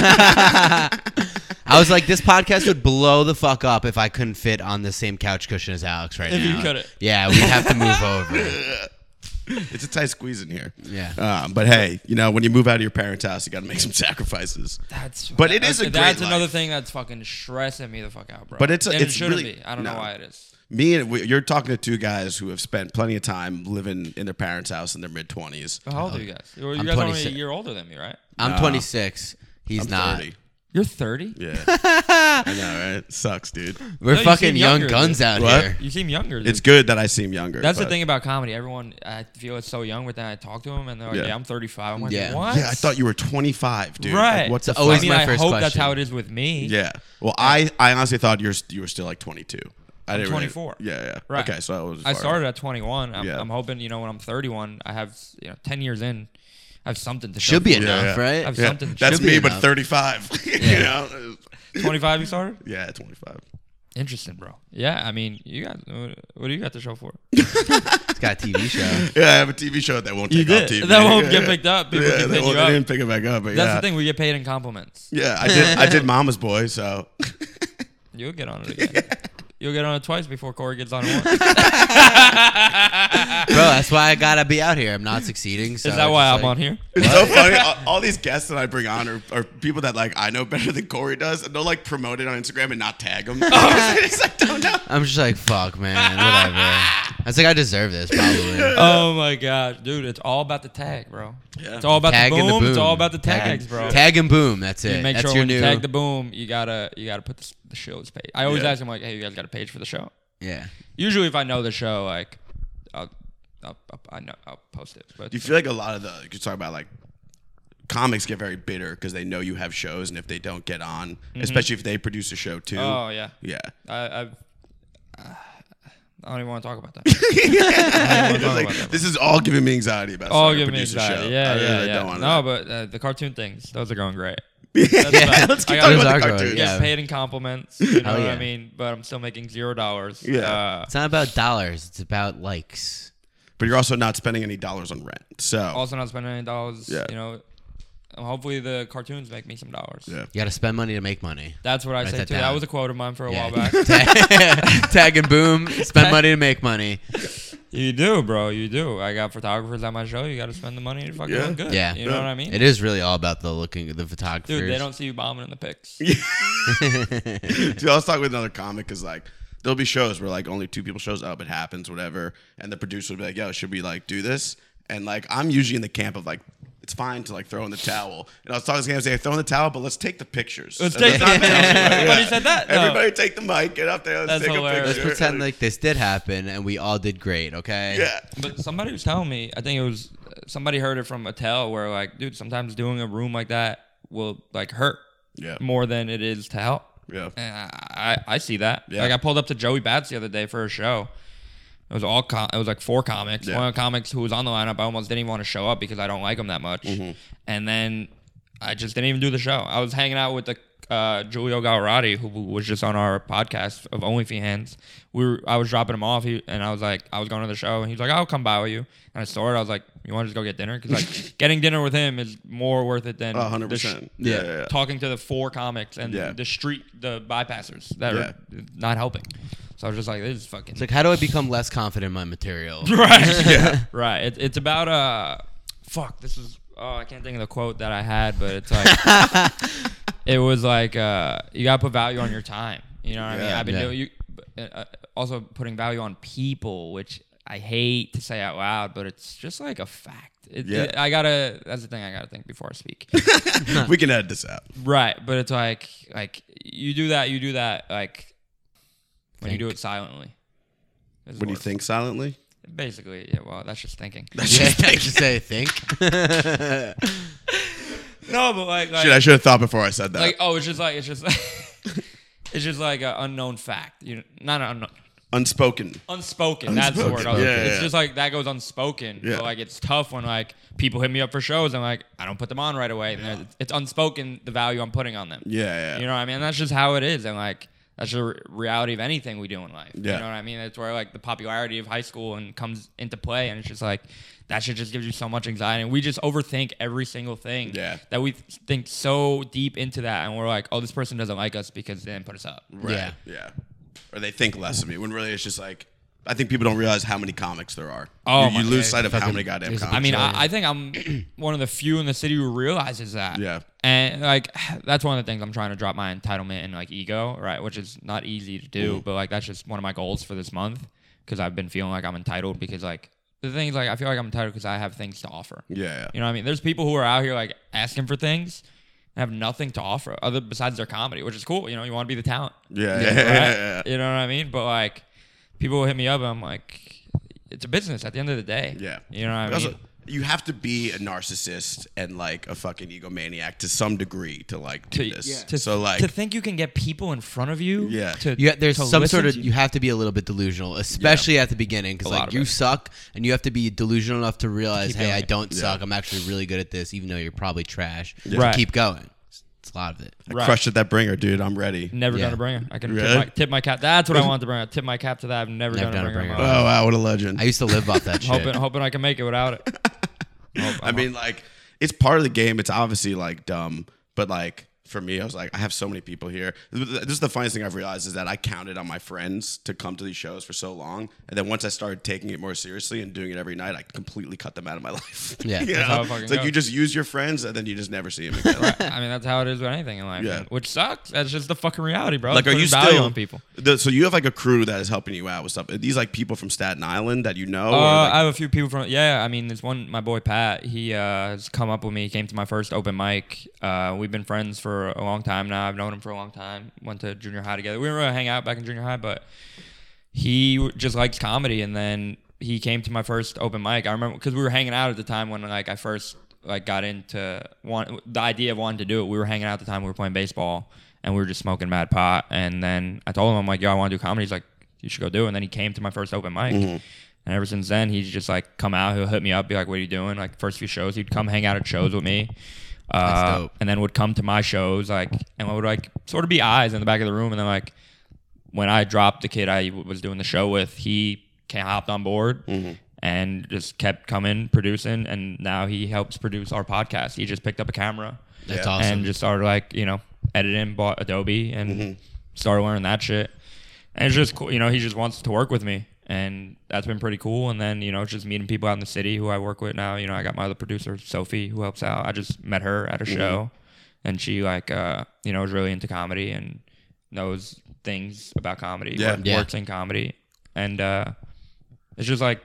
Speaker 2: I was like, this podcast would blow the fuck up if I couldn't fit on the same couch cushion as Alex right
Speaker 3: If you
Speaker 2: now.
Speaker 3: couldn't.
Speaker 2: Yeah, we'd have to move over.
Speaker 1: It's a tight squeeze in here.
Speaker 2: Yeah.
Speaker 1: [laughs] Um, but hey, you know, when you move out of your parents' house, you got to make some sacrifices.
Speaker 3: that's
Speaker 1: But it is a
Speaker 3: that's
Speaker 1: great
Speaker 3: another
Speaker 1: life.
Speaker 3: thing that's fucking stressing me the fuck out, bro.
Speaker 1: But it's a-
Speaker 3: and
Speaker 1: it's
Speaker 3: it shouldn't
Speaker 1: really-
Speaker 3: be. I don't
Speaker 1: no.
Speaker 3: know why it is.
Speaker 1: Me and we, you're talking to two guys who have spent plenty of time living in their parents' house in their mid 20s.
Speaker 3: How old are you guys? You
Speaker 2: I'm
Speaker 3: guys are only a
Speaker 2: 26.
Speaker 3: year older than me, right?
Speaker 2: I'm 26. He's not.
Speaker 3: [laughs]
Speaker 1: 30.
Speaker 3: You're 30.
Speaker 1: Yeah. I know, right? Sucks, dude.
Speaker 2: We're
Speaker 3: No, you
Speaker 2: fucking
Speaker 3: seem
Speaker 2: young
Speaker 3: younger,
Speaker 2: guns
Speaker 3: dude.
Speaker 2: out
Speaker 1: What?
Speaker 2: here.
Speaker 3: You seem younger. Than
Speaker 1: It's good that I seem younger.
Speaker 3: That's the
Speaker 1: but-
Speaker 3: thing about comedy. Everyone, I feel it's so young, but then I talk to them and they're like,
Speaker 1: Yeah.
Speaker 3: "Yeah, I'm 35." I'm like,
Speaker 2: Yeah.
Speaker 3: "What?"
Speaker 1: Yeah, I thought you were 25, dude.
Speaker 3: Right.
Speaker 1: Like, what's
Speaker 2: So
Speaker 1: the
Speaker 2: always
Speaker 1: always
Speaker 3: I mean,
Speaker 2: my
Speaker 3: I
Speaker 2: first
Speaker 3: hope that's
Speaker 2: question.
Speaker 3: how it is with me.
Speaker 1: Yeah. Well, I, I honestly thought you're you were still like 22. I didn't. really-
Speaker 3: 24.
Speaker 1: yeah, yeah.
Speaker 3: Right.
Speaker 1: Okay, so I was.
Speaker 3: I
Speaker 1: far.
Speaker 3: started at 21. I'm,
Speaker 1: Yeah.
Speaker 3: I'm hoping, you know, when I'm 31, I have, you know, 10 years in, I have something to show
Speaker 2: Should be
Speaker 3: for it.
Speaker 1: Yeah,
Speaker 2: enough,
Speaker 1: yeah.
Speaker 2: right?
Speaker 3: I've
Speaker 1: Yeah,
Speaker 3: something
Speaker 1: that's
Speaker 3: should be
Speaker 1: me, but
Speaker 2: enough.
Speaker 1: 35. [laughs] you know.
Speaker 3: 25 you started?
Speaker 1: Yeah, 25.
Speaker 3: Interesting, bro. Yeah, I mean, you got, what do you got to show for it?
Speaker 2: It's got a TV show.
Speaker 1: Yeah, I have a TV show that won't take off TV.
Speaker 3: That won't
Speaker 1: Yeah.
Speaker 3: get picked up. People
Speaker 1: Yeah,
Speaker 3: can
Speaker 1: they,
Speaker 3: hit
Speaker 1: won't-
Speaker 3: you
Speaker 1: they
Speaker 3: up.
Speaker 1: didn't pick it back up. But
Speaker 3: That's
Speaker 1: yeah.
Speaker 3: the thing, we get paid in compliments.
Speaker 1: Yeah, I did. I [laughs] did Mama's Boy, so
Speaker 3: You'll get on
Speaker 1: [laughs]
Speaker 3: it again. You'll get on it twice before Corey gets on it once.
Speaker 2: Bro, that's why I gotta be out here. I'm not succeeding. So
Speaker 3: Is that why I'm
Speaker 1: [laughs]
Speaker 3: on here?
Speaker 1: it's so funny. All, all these guests that I bring on are, are people that like I know better than Corey does, and they'll like promote it on Instagram and not tag [laughs] them. it's like, don't know.
Speaker 2: I'm just like, fuck, man, whatever. That's like, I deserve this,
Speaker 3: [laughs]
Speaker 2: probably.
Speaker 3: Oh my gosh, dude, it's all about the tag, bro. It's all about
Speaker 2: Tag
Speaker 3: the,
Speaker 2: and
Speaker 3: boom.
Speaker 2: the boom.
Speaker 3: It's all about the
Speaker 2: Tag-
Speaker 3: tags, bro.
Speaker 2: Tag and boom. That's it.
Speaker 3: You make
Speaker 2: that's
Speaker 3: sure
Speaker 2: your
Speaker 3: when
Speaker 2: new.
Speaker 3: you tag the boom, you gotta you gotta put the, s- the show's page. I always
Speaker 1: Yeah.
Speaker 3: ask them like, hey, you guys got a page for the show?
Speaker 2: yeah.
Speaker 3: Usually, if I know the show, like, I'll, I'll, I'll I know I'll post it. But
Speaker 1: Do you feel like a lot of the you talk about like comics get very bitter because they know you have shows, and if they don't get
Speaker 3: Mm-hmm.
Speaker 1: on, especially if they produce a show too.
Speaker 3: oh yeah,
Speaker 1: yeah,
Speaker 3: [sighs] I, I've. Uh, I don't even want to
Speaker 1: [laughs]
Speaker 3: talk about that. I don't even wanna
Speaker 1: Just
Speaker 3: talk
Speaker 1: like,
Speaker 3: about that.
Speaker 1: this is all giving me anxiety about
Speaker 3: Oh,
Speaker 1: starting a
Speaker 3: give me
Speaker 1: producer
Speaker 3: anxiety.
Speaker 1: show.
Speaker 3: Yeah,
Speaker 1: I really
Speaker 3: yeah, yeah.
Speaker 1: don't want
Speaker 3: no, but uh, the cartoon things, those are
Speaker 1: [laughs]
Speaker 3: going great.
Speaker 1: to.
Speaker 3: That's about-
Speaker 1: Let's keep
Speaker 3: I
Speaker 1: talking about the
Speaker 3: got-
Speaker 2: Those are
Speaker 1: cartoons.
Speaker 2: good,
Speaker 3: Get
Speaker 2: Yeah.
Speaker 3: paid in compliments. You know
Speaker 2: Hell
Speaker 3: what
Speaker 2: yeah.
Speaker 3: I mean? But I'm still making zero dollars.
Speaker 1: Yeah.
Speaker 3: Uh,
Speaker 2: It's not about dollars. It's about likes.
Speaker 1: But you're also not spending any dollars on rent. So
Speaker 3: also not spending any dollars.
Speaker 1: Yeah.
Speaker 3: You know, hopefully the cartoons make me some dollars.
Speaker 1: Yeah.
Speaker 2: You got to spend money to make money. [laughs]
Speaker 3: That's what I
Speaker 2: Write
Speaker 3: say
Speaker 2: that
Speaker 3: too. That
Speaker 2: down.
Speaker 3: was a quote of mine for a
Speaker 2: Yeah.
Speaker 3: while
Speaker 2: [laughs]
Speaker 3: back.
Speaker 2: Tag, tag and boom. Spend money to make money.
Speaker 3: you do, bro. You do. I got photographers at my show. You got to spend the money to fucking
Speaker 1: Yeah.
Speaker 3: look good.
Speaker 2: Yeah.
Speaker 3: You know what I mean?
Speaker 2: It is really all about the looking, the photographers.
Speaker 3: Dude, they don't see you bombing in the pics.
Speaker 1: [laughs] Dude, I was talking with another comic because like there'll be shows where like only two people shows up, it happens, whatever, and the producer will be like, "Yo, should we like do this?" And like I'm usually in the camp of like. It's fine to like throw in the towel. And I was talking to him, saying, throw in the towel, but let's take the pictures.
Speaker 3: Let's
Speaker 1: And
Speaker 3: take the
Speaker 1: not tell
Speaker 3: pictures.
Speaker 1: anybody.
Speaker 3: Everybody said that?
Speaker 1: [laughs]
Speaker 3: No.
Speaker 1: Everybody take the mic, get up there, let's
Speaker 3: That's
Speaker 1: take
Speaker 3: hilarious.
Speaker 1: a
Speaker 2: Let's
Speaker 1: picture.
Speaker 2: pretend like this did happen and we all did great, okay?
Speaker 1: [laughs] yeah.
Speaker 3: But somebody was telling me, I think it was somebody heard it from Attell, where like, dude, sometimes doing a room like that will like hurt
Speaker 1: Yeah.
Speaker 3: more than it is to help.
Speaker 1: Yeah.
Speaker 3: And I, I I see that.
Speaker 1: Yeah.
Speaker 3: Like I pulled up to Joey Bats the other day for a show. It was all com- it was like four comics.
Speaker 1: Yeah.
Speaker 3: One of the comics who was on the lineup, I almost didn't even want to show up because I don't like him that much.
Speaker 1: Mm-hmm.
Speaker 3: And then I just didn't even do the show. I was hanging out with the uh, Giulio Gallerati, who was just on our podcast of Only Fans. We were, I was dropping him off, he, and I was like, I was going to the show, and he was like, I'll come by with you. And I saw it. I was like, you want to just go get dinner?
Speaker 1: [laughs]
Speaker 3: Because like getting dinner with him is more worth it than
Speaker 1: A hundred
Speaker 3: the sh-
Speaker 1: percent.
Speaker 2: Yeah.
Speaker 1: yeah.
Speaker 3: talking to the four comics and
Speaker 1: Yeah.
Speaker 3: the street, the bypassers that are not helping. So I was just like, this is fucking
Speaker 2: It's like, how do I become less confident in my material?
Speaker 3: [laughs] right, right. It, it's about uh, fuck. This is oh, I can't think of the quote that I had, but it's like
Speaker 2: [laughs]
Speaker 3: it was like uh, you gotta put value on your time. You know what I mean?
Speaker 1: Yeah.
Speaker 3: I've been
Speaker 2: Yeah.
Speaker 3: doing you uh, also putting value on people, which I hate to say out loud, but it's just like a fact. It,
Speaker 1: Yeah.
Speaker 3: it- I gotta. That's the thing I gotta think before I speak.
Speaker 1: we can edit this out.
Speaker 3: Right, but it's like like you do that, you do that like when you do
Speaker 2: Think.
Speaker 3: it silently. Is
Speaker 1: What do you
Speaker 3: word.
Speaker 1: think silently?
Speaker 3: Basically, yeah. Well, that's just thinking.
Speaker 2: [laughs] Yeah, I should say, think.
Speaker 3: [laughs] no, but like, like,
Speaker 1: Shit, I should have thought before I said that.
Speaker 3: like oh, it's just like it's just [laughs] it's just like an unknown fact. You not an unknown.
Speaker 1: Unspoken.
Speaker 3: Unspoken, that's the word.
Speaker 1: Unspoken,
Speaker 3: I was-
Speaker 1: yeah,
Speaker 3: it's
Speaker 1: yeah.
Speaker 3: just like that goes unspoken.
Speaker 1: Yeah.
Speaker 3: So like it's tough when like people hit me up for shows and like I don't put them on right away. And they're- it's unspoken the value I'm putting on them.
Speaker 1: Yeah, yeah.
Speaker 3: You know what I mean? That's just how it is. And like, that's the re- reality of anything we do in life.
Speaker 1: Yeah.
Speaker 3: You know what I mean? That's where like the popularity of high school and comes into play. And it's just like, that shit just gives you so much anxiety. And we just overthink every single thing
Speaker 1: Yeah.
Speaker 3: that we th- think so deep into that. And we're like, oh, this person doesn't like us because they didn't put us up.
Speaker 1: Right.
Speaker 2: Yeah.
Speaker 1: Yeah. Or they think less of me when really it's just like I think people don't realize how many comics there are.
Speaker 3: Oh
Speaker 1: you, you
Speaker 3: my
Speaker 1: lose
Speaker 3: God.
Speaker 1: sight of how
Speaker 2: Fucking-
Speaker 1: many goddamn
Speaker 2: there's
Speaker 1: comics.
Speaker 2: a-
Speaker 3: I mean,
Speaker 2: Sure.
Speaker 3: I, I
Speaker 1: [clears throat]
Speaker 3: think I'm one of the few in the city who realizes that.
Speaker 1: Yeah.
Speaker 3: And like, [sighs] that's one of the things I'm trying to drop my entitlement and like ego, right? Which is not easy to do, but like, that's just one of my goals for this month because I've been feeling like I'm entitled because like, the thing is, like, I feel like I'm entitled because I have things to offer.
Speaker 1: yeah,
Speaker 3: You know what I mean? There's people who are out here like asking for things and have nothing to offer other besides their comedy, which is cool. You know, you want to be the talent.
Speaker 1: yeah, yeah,
Speaker 3: Right?
Speaker 1: yeah, yeah,
Speaker 3: You know
Speaker 1: [laughs]
Speaker 3: what I mean? But like, people will hit me up and I'm like, it's a business at the end of the day.
Speaker 1: yeah.
Speaker 3: You know what I mean?
Speaker 1: Also, you have to be a narcissist and like a fucking egomaniac to some degree to like do this.
Speaker 3: to,
Speaker 1: so like,
Speaker 3: to think you can get people in front of you.
Speaker 1: Yeah.
Speaker 3: To,
Speaker 2: You, there's
Speaker 3: to
Speaker 2: some
Speaker 3: listen
Speaker 2: sort of
Speaker 3: to
Speaker 2: you have to be a little bit delusional, especially at the beginning, because
Speaker 3: lot
Speaker 2: like
Speaker 3: of
Speaker 2: you
Speaker 3: it.
Speaker 2: suck, and you have to be delusional enough to realize,
Speaker 3: keep
Speaker 2: hey,
Speaker 3: doing
Speaker 2: I
Speaker 3: it.
Speaker 2: don't suck. I'm actually really good at this, even though you're probably trash. To
Speaker 3: Right.
Speaker 2: keep going. It's a lot of it.
Speaker 1: I crushed at that bringer, dude. I'm ready.
Speaker 3: Never
Speaker 2: Yeah.
Speaker 3: done a bringer. I can
Speaker 1: Really?
Speaker 3: tip, my, tip my cap. That's what I wanted to bring. up. Tip my cap to that. I've never,
Speaker 2: Never
Speaker 3: done a bringer. in my
Speaker 1: Oh
Speaker 3: life.
Speaker 1: wow, what a legend.
Speaker 2: I used to live
Speaker 3: [laughs]
Speaker 2: off
Speaker 1: [laughs]
Speaker 2: that shit.
Speaker 3: Hoping, hoping I can make it without it. Hope-
Speaker 1: I mean, like, it's part of the game. It's obviously like dumb, but like for me, I was like, I have so many people here. This is the funniest thing I've realized is that I counted on my friends to come to these shows for so long, and then once I started taking it more seriously and doing it every night, I completely cut them out of my [laughs] life.
Speaker 2: Yeah.
Speaker 1: You
Speaker 2: That's
Speaker 1: know?
Speaker 3: how it fucking
Speaker 1: it's like you
Speaker 3: goes.
Speaker 1: just use your friends, and then you just never
Speaker 3: [laughs]
Speaker 1: see them again.
Speaker 3: I mean, that's how it is with anything in life.
Speaker 1: Yeah.
Speaker 3: man, Which sucks. That's just the fucking reality, bro.
Speaker 1: Like, are
Speaker 3: Putting
Speaker 1: you
Speaker 3: value
Speaker 1: still
Speaker 3: on people?
Speaker 1: The, so you have like a crew that is helping you out with stuff. Are these like people from Staten Island that you know? or,
Speaker 3: Uh,
Speaker 1: like-
Speaker 3: I have a few people from. Yeah, I mean, there's one. My boy Pat. He uh, has come up with me. He came to my first open mic. Uh, we've been friends for a long time now. I've known him for a long time. Went to junior high together. We didn't really hang out back in junior high, but he w- just likes comedy. And then he came to my first open mic. I remember because we were hanging out at the time when like I first like got into one the idea of wanting to do it. We were hanging out at the time. We were playing baseball and we were just smoking mad pot. And then I told him I'm like, yo, I want to do comedy. He's like you should go do. it. And then he came to my first open mic. And ever since then, he's just like come out. He'll hit me up, be like, "What are you doing?" Like first few shows, he'd come hang out at shows with me, uh,
Speaker 2: dope.
Speaker 3: and then would come to my shows. Like, and I would like sort of be eyes in the back of the room. And then like when I dropped the kid I w- was doing the show with, he ca- hopped on board and just kept coming, producing, and now he helps produce our podcast. He just picked up a camera
Speaker 2: That's
Speaker 1: Yeah.
Speaker 2: awesome. Mm-hmm.
Speaker 3: and just started like you know editing, bought Adobe, and started learning that shit. And it's just cool, you know. He just wants to work with me, and that's been pretty cool. And then you know, it's just meeting people out in the city who I work with now. You know, I got my other producer Sophie who helps out. I just met her at a
Speaker 2: Mm-hmm.
Speaker 3: show, and she like uh you know is really into comedy and knows things about comedy.
Speaker 1: Yeah.
Speaker 3: work-
Speaker 2: Yeah.
Speaker 3: works in comedy, and uh it's just like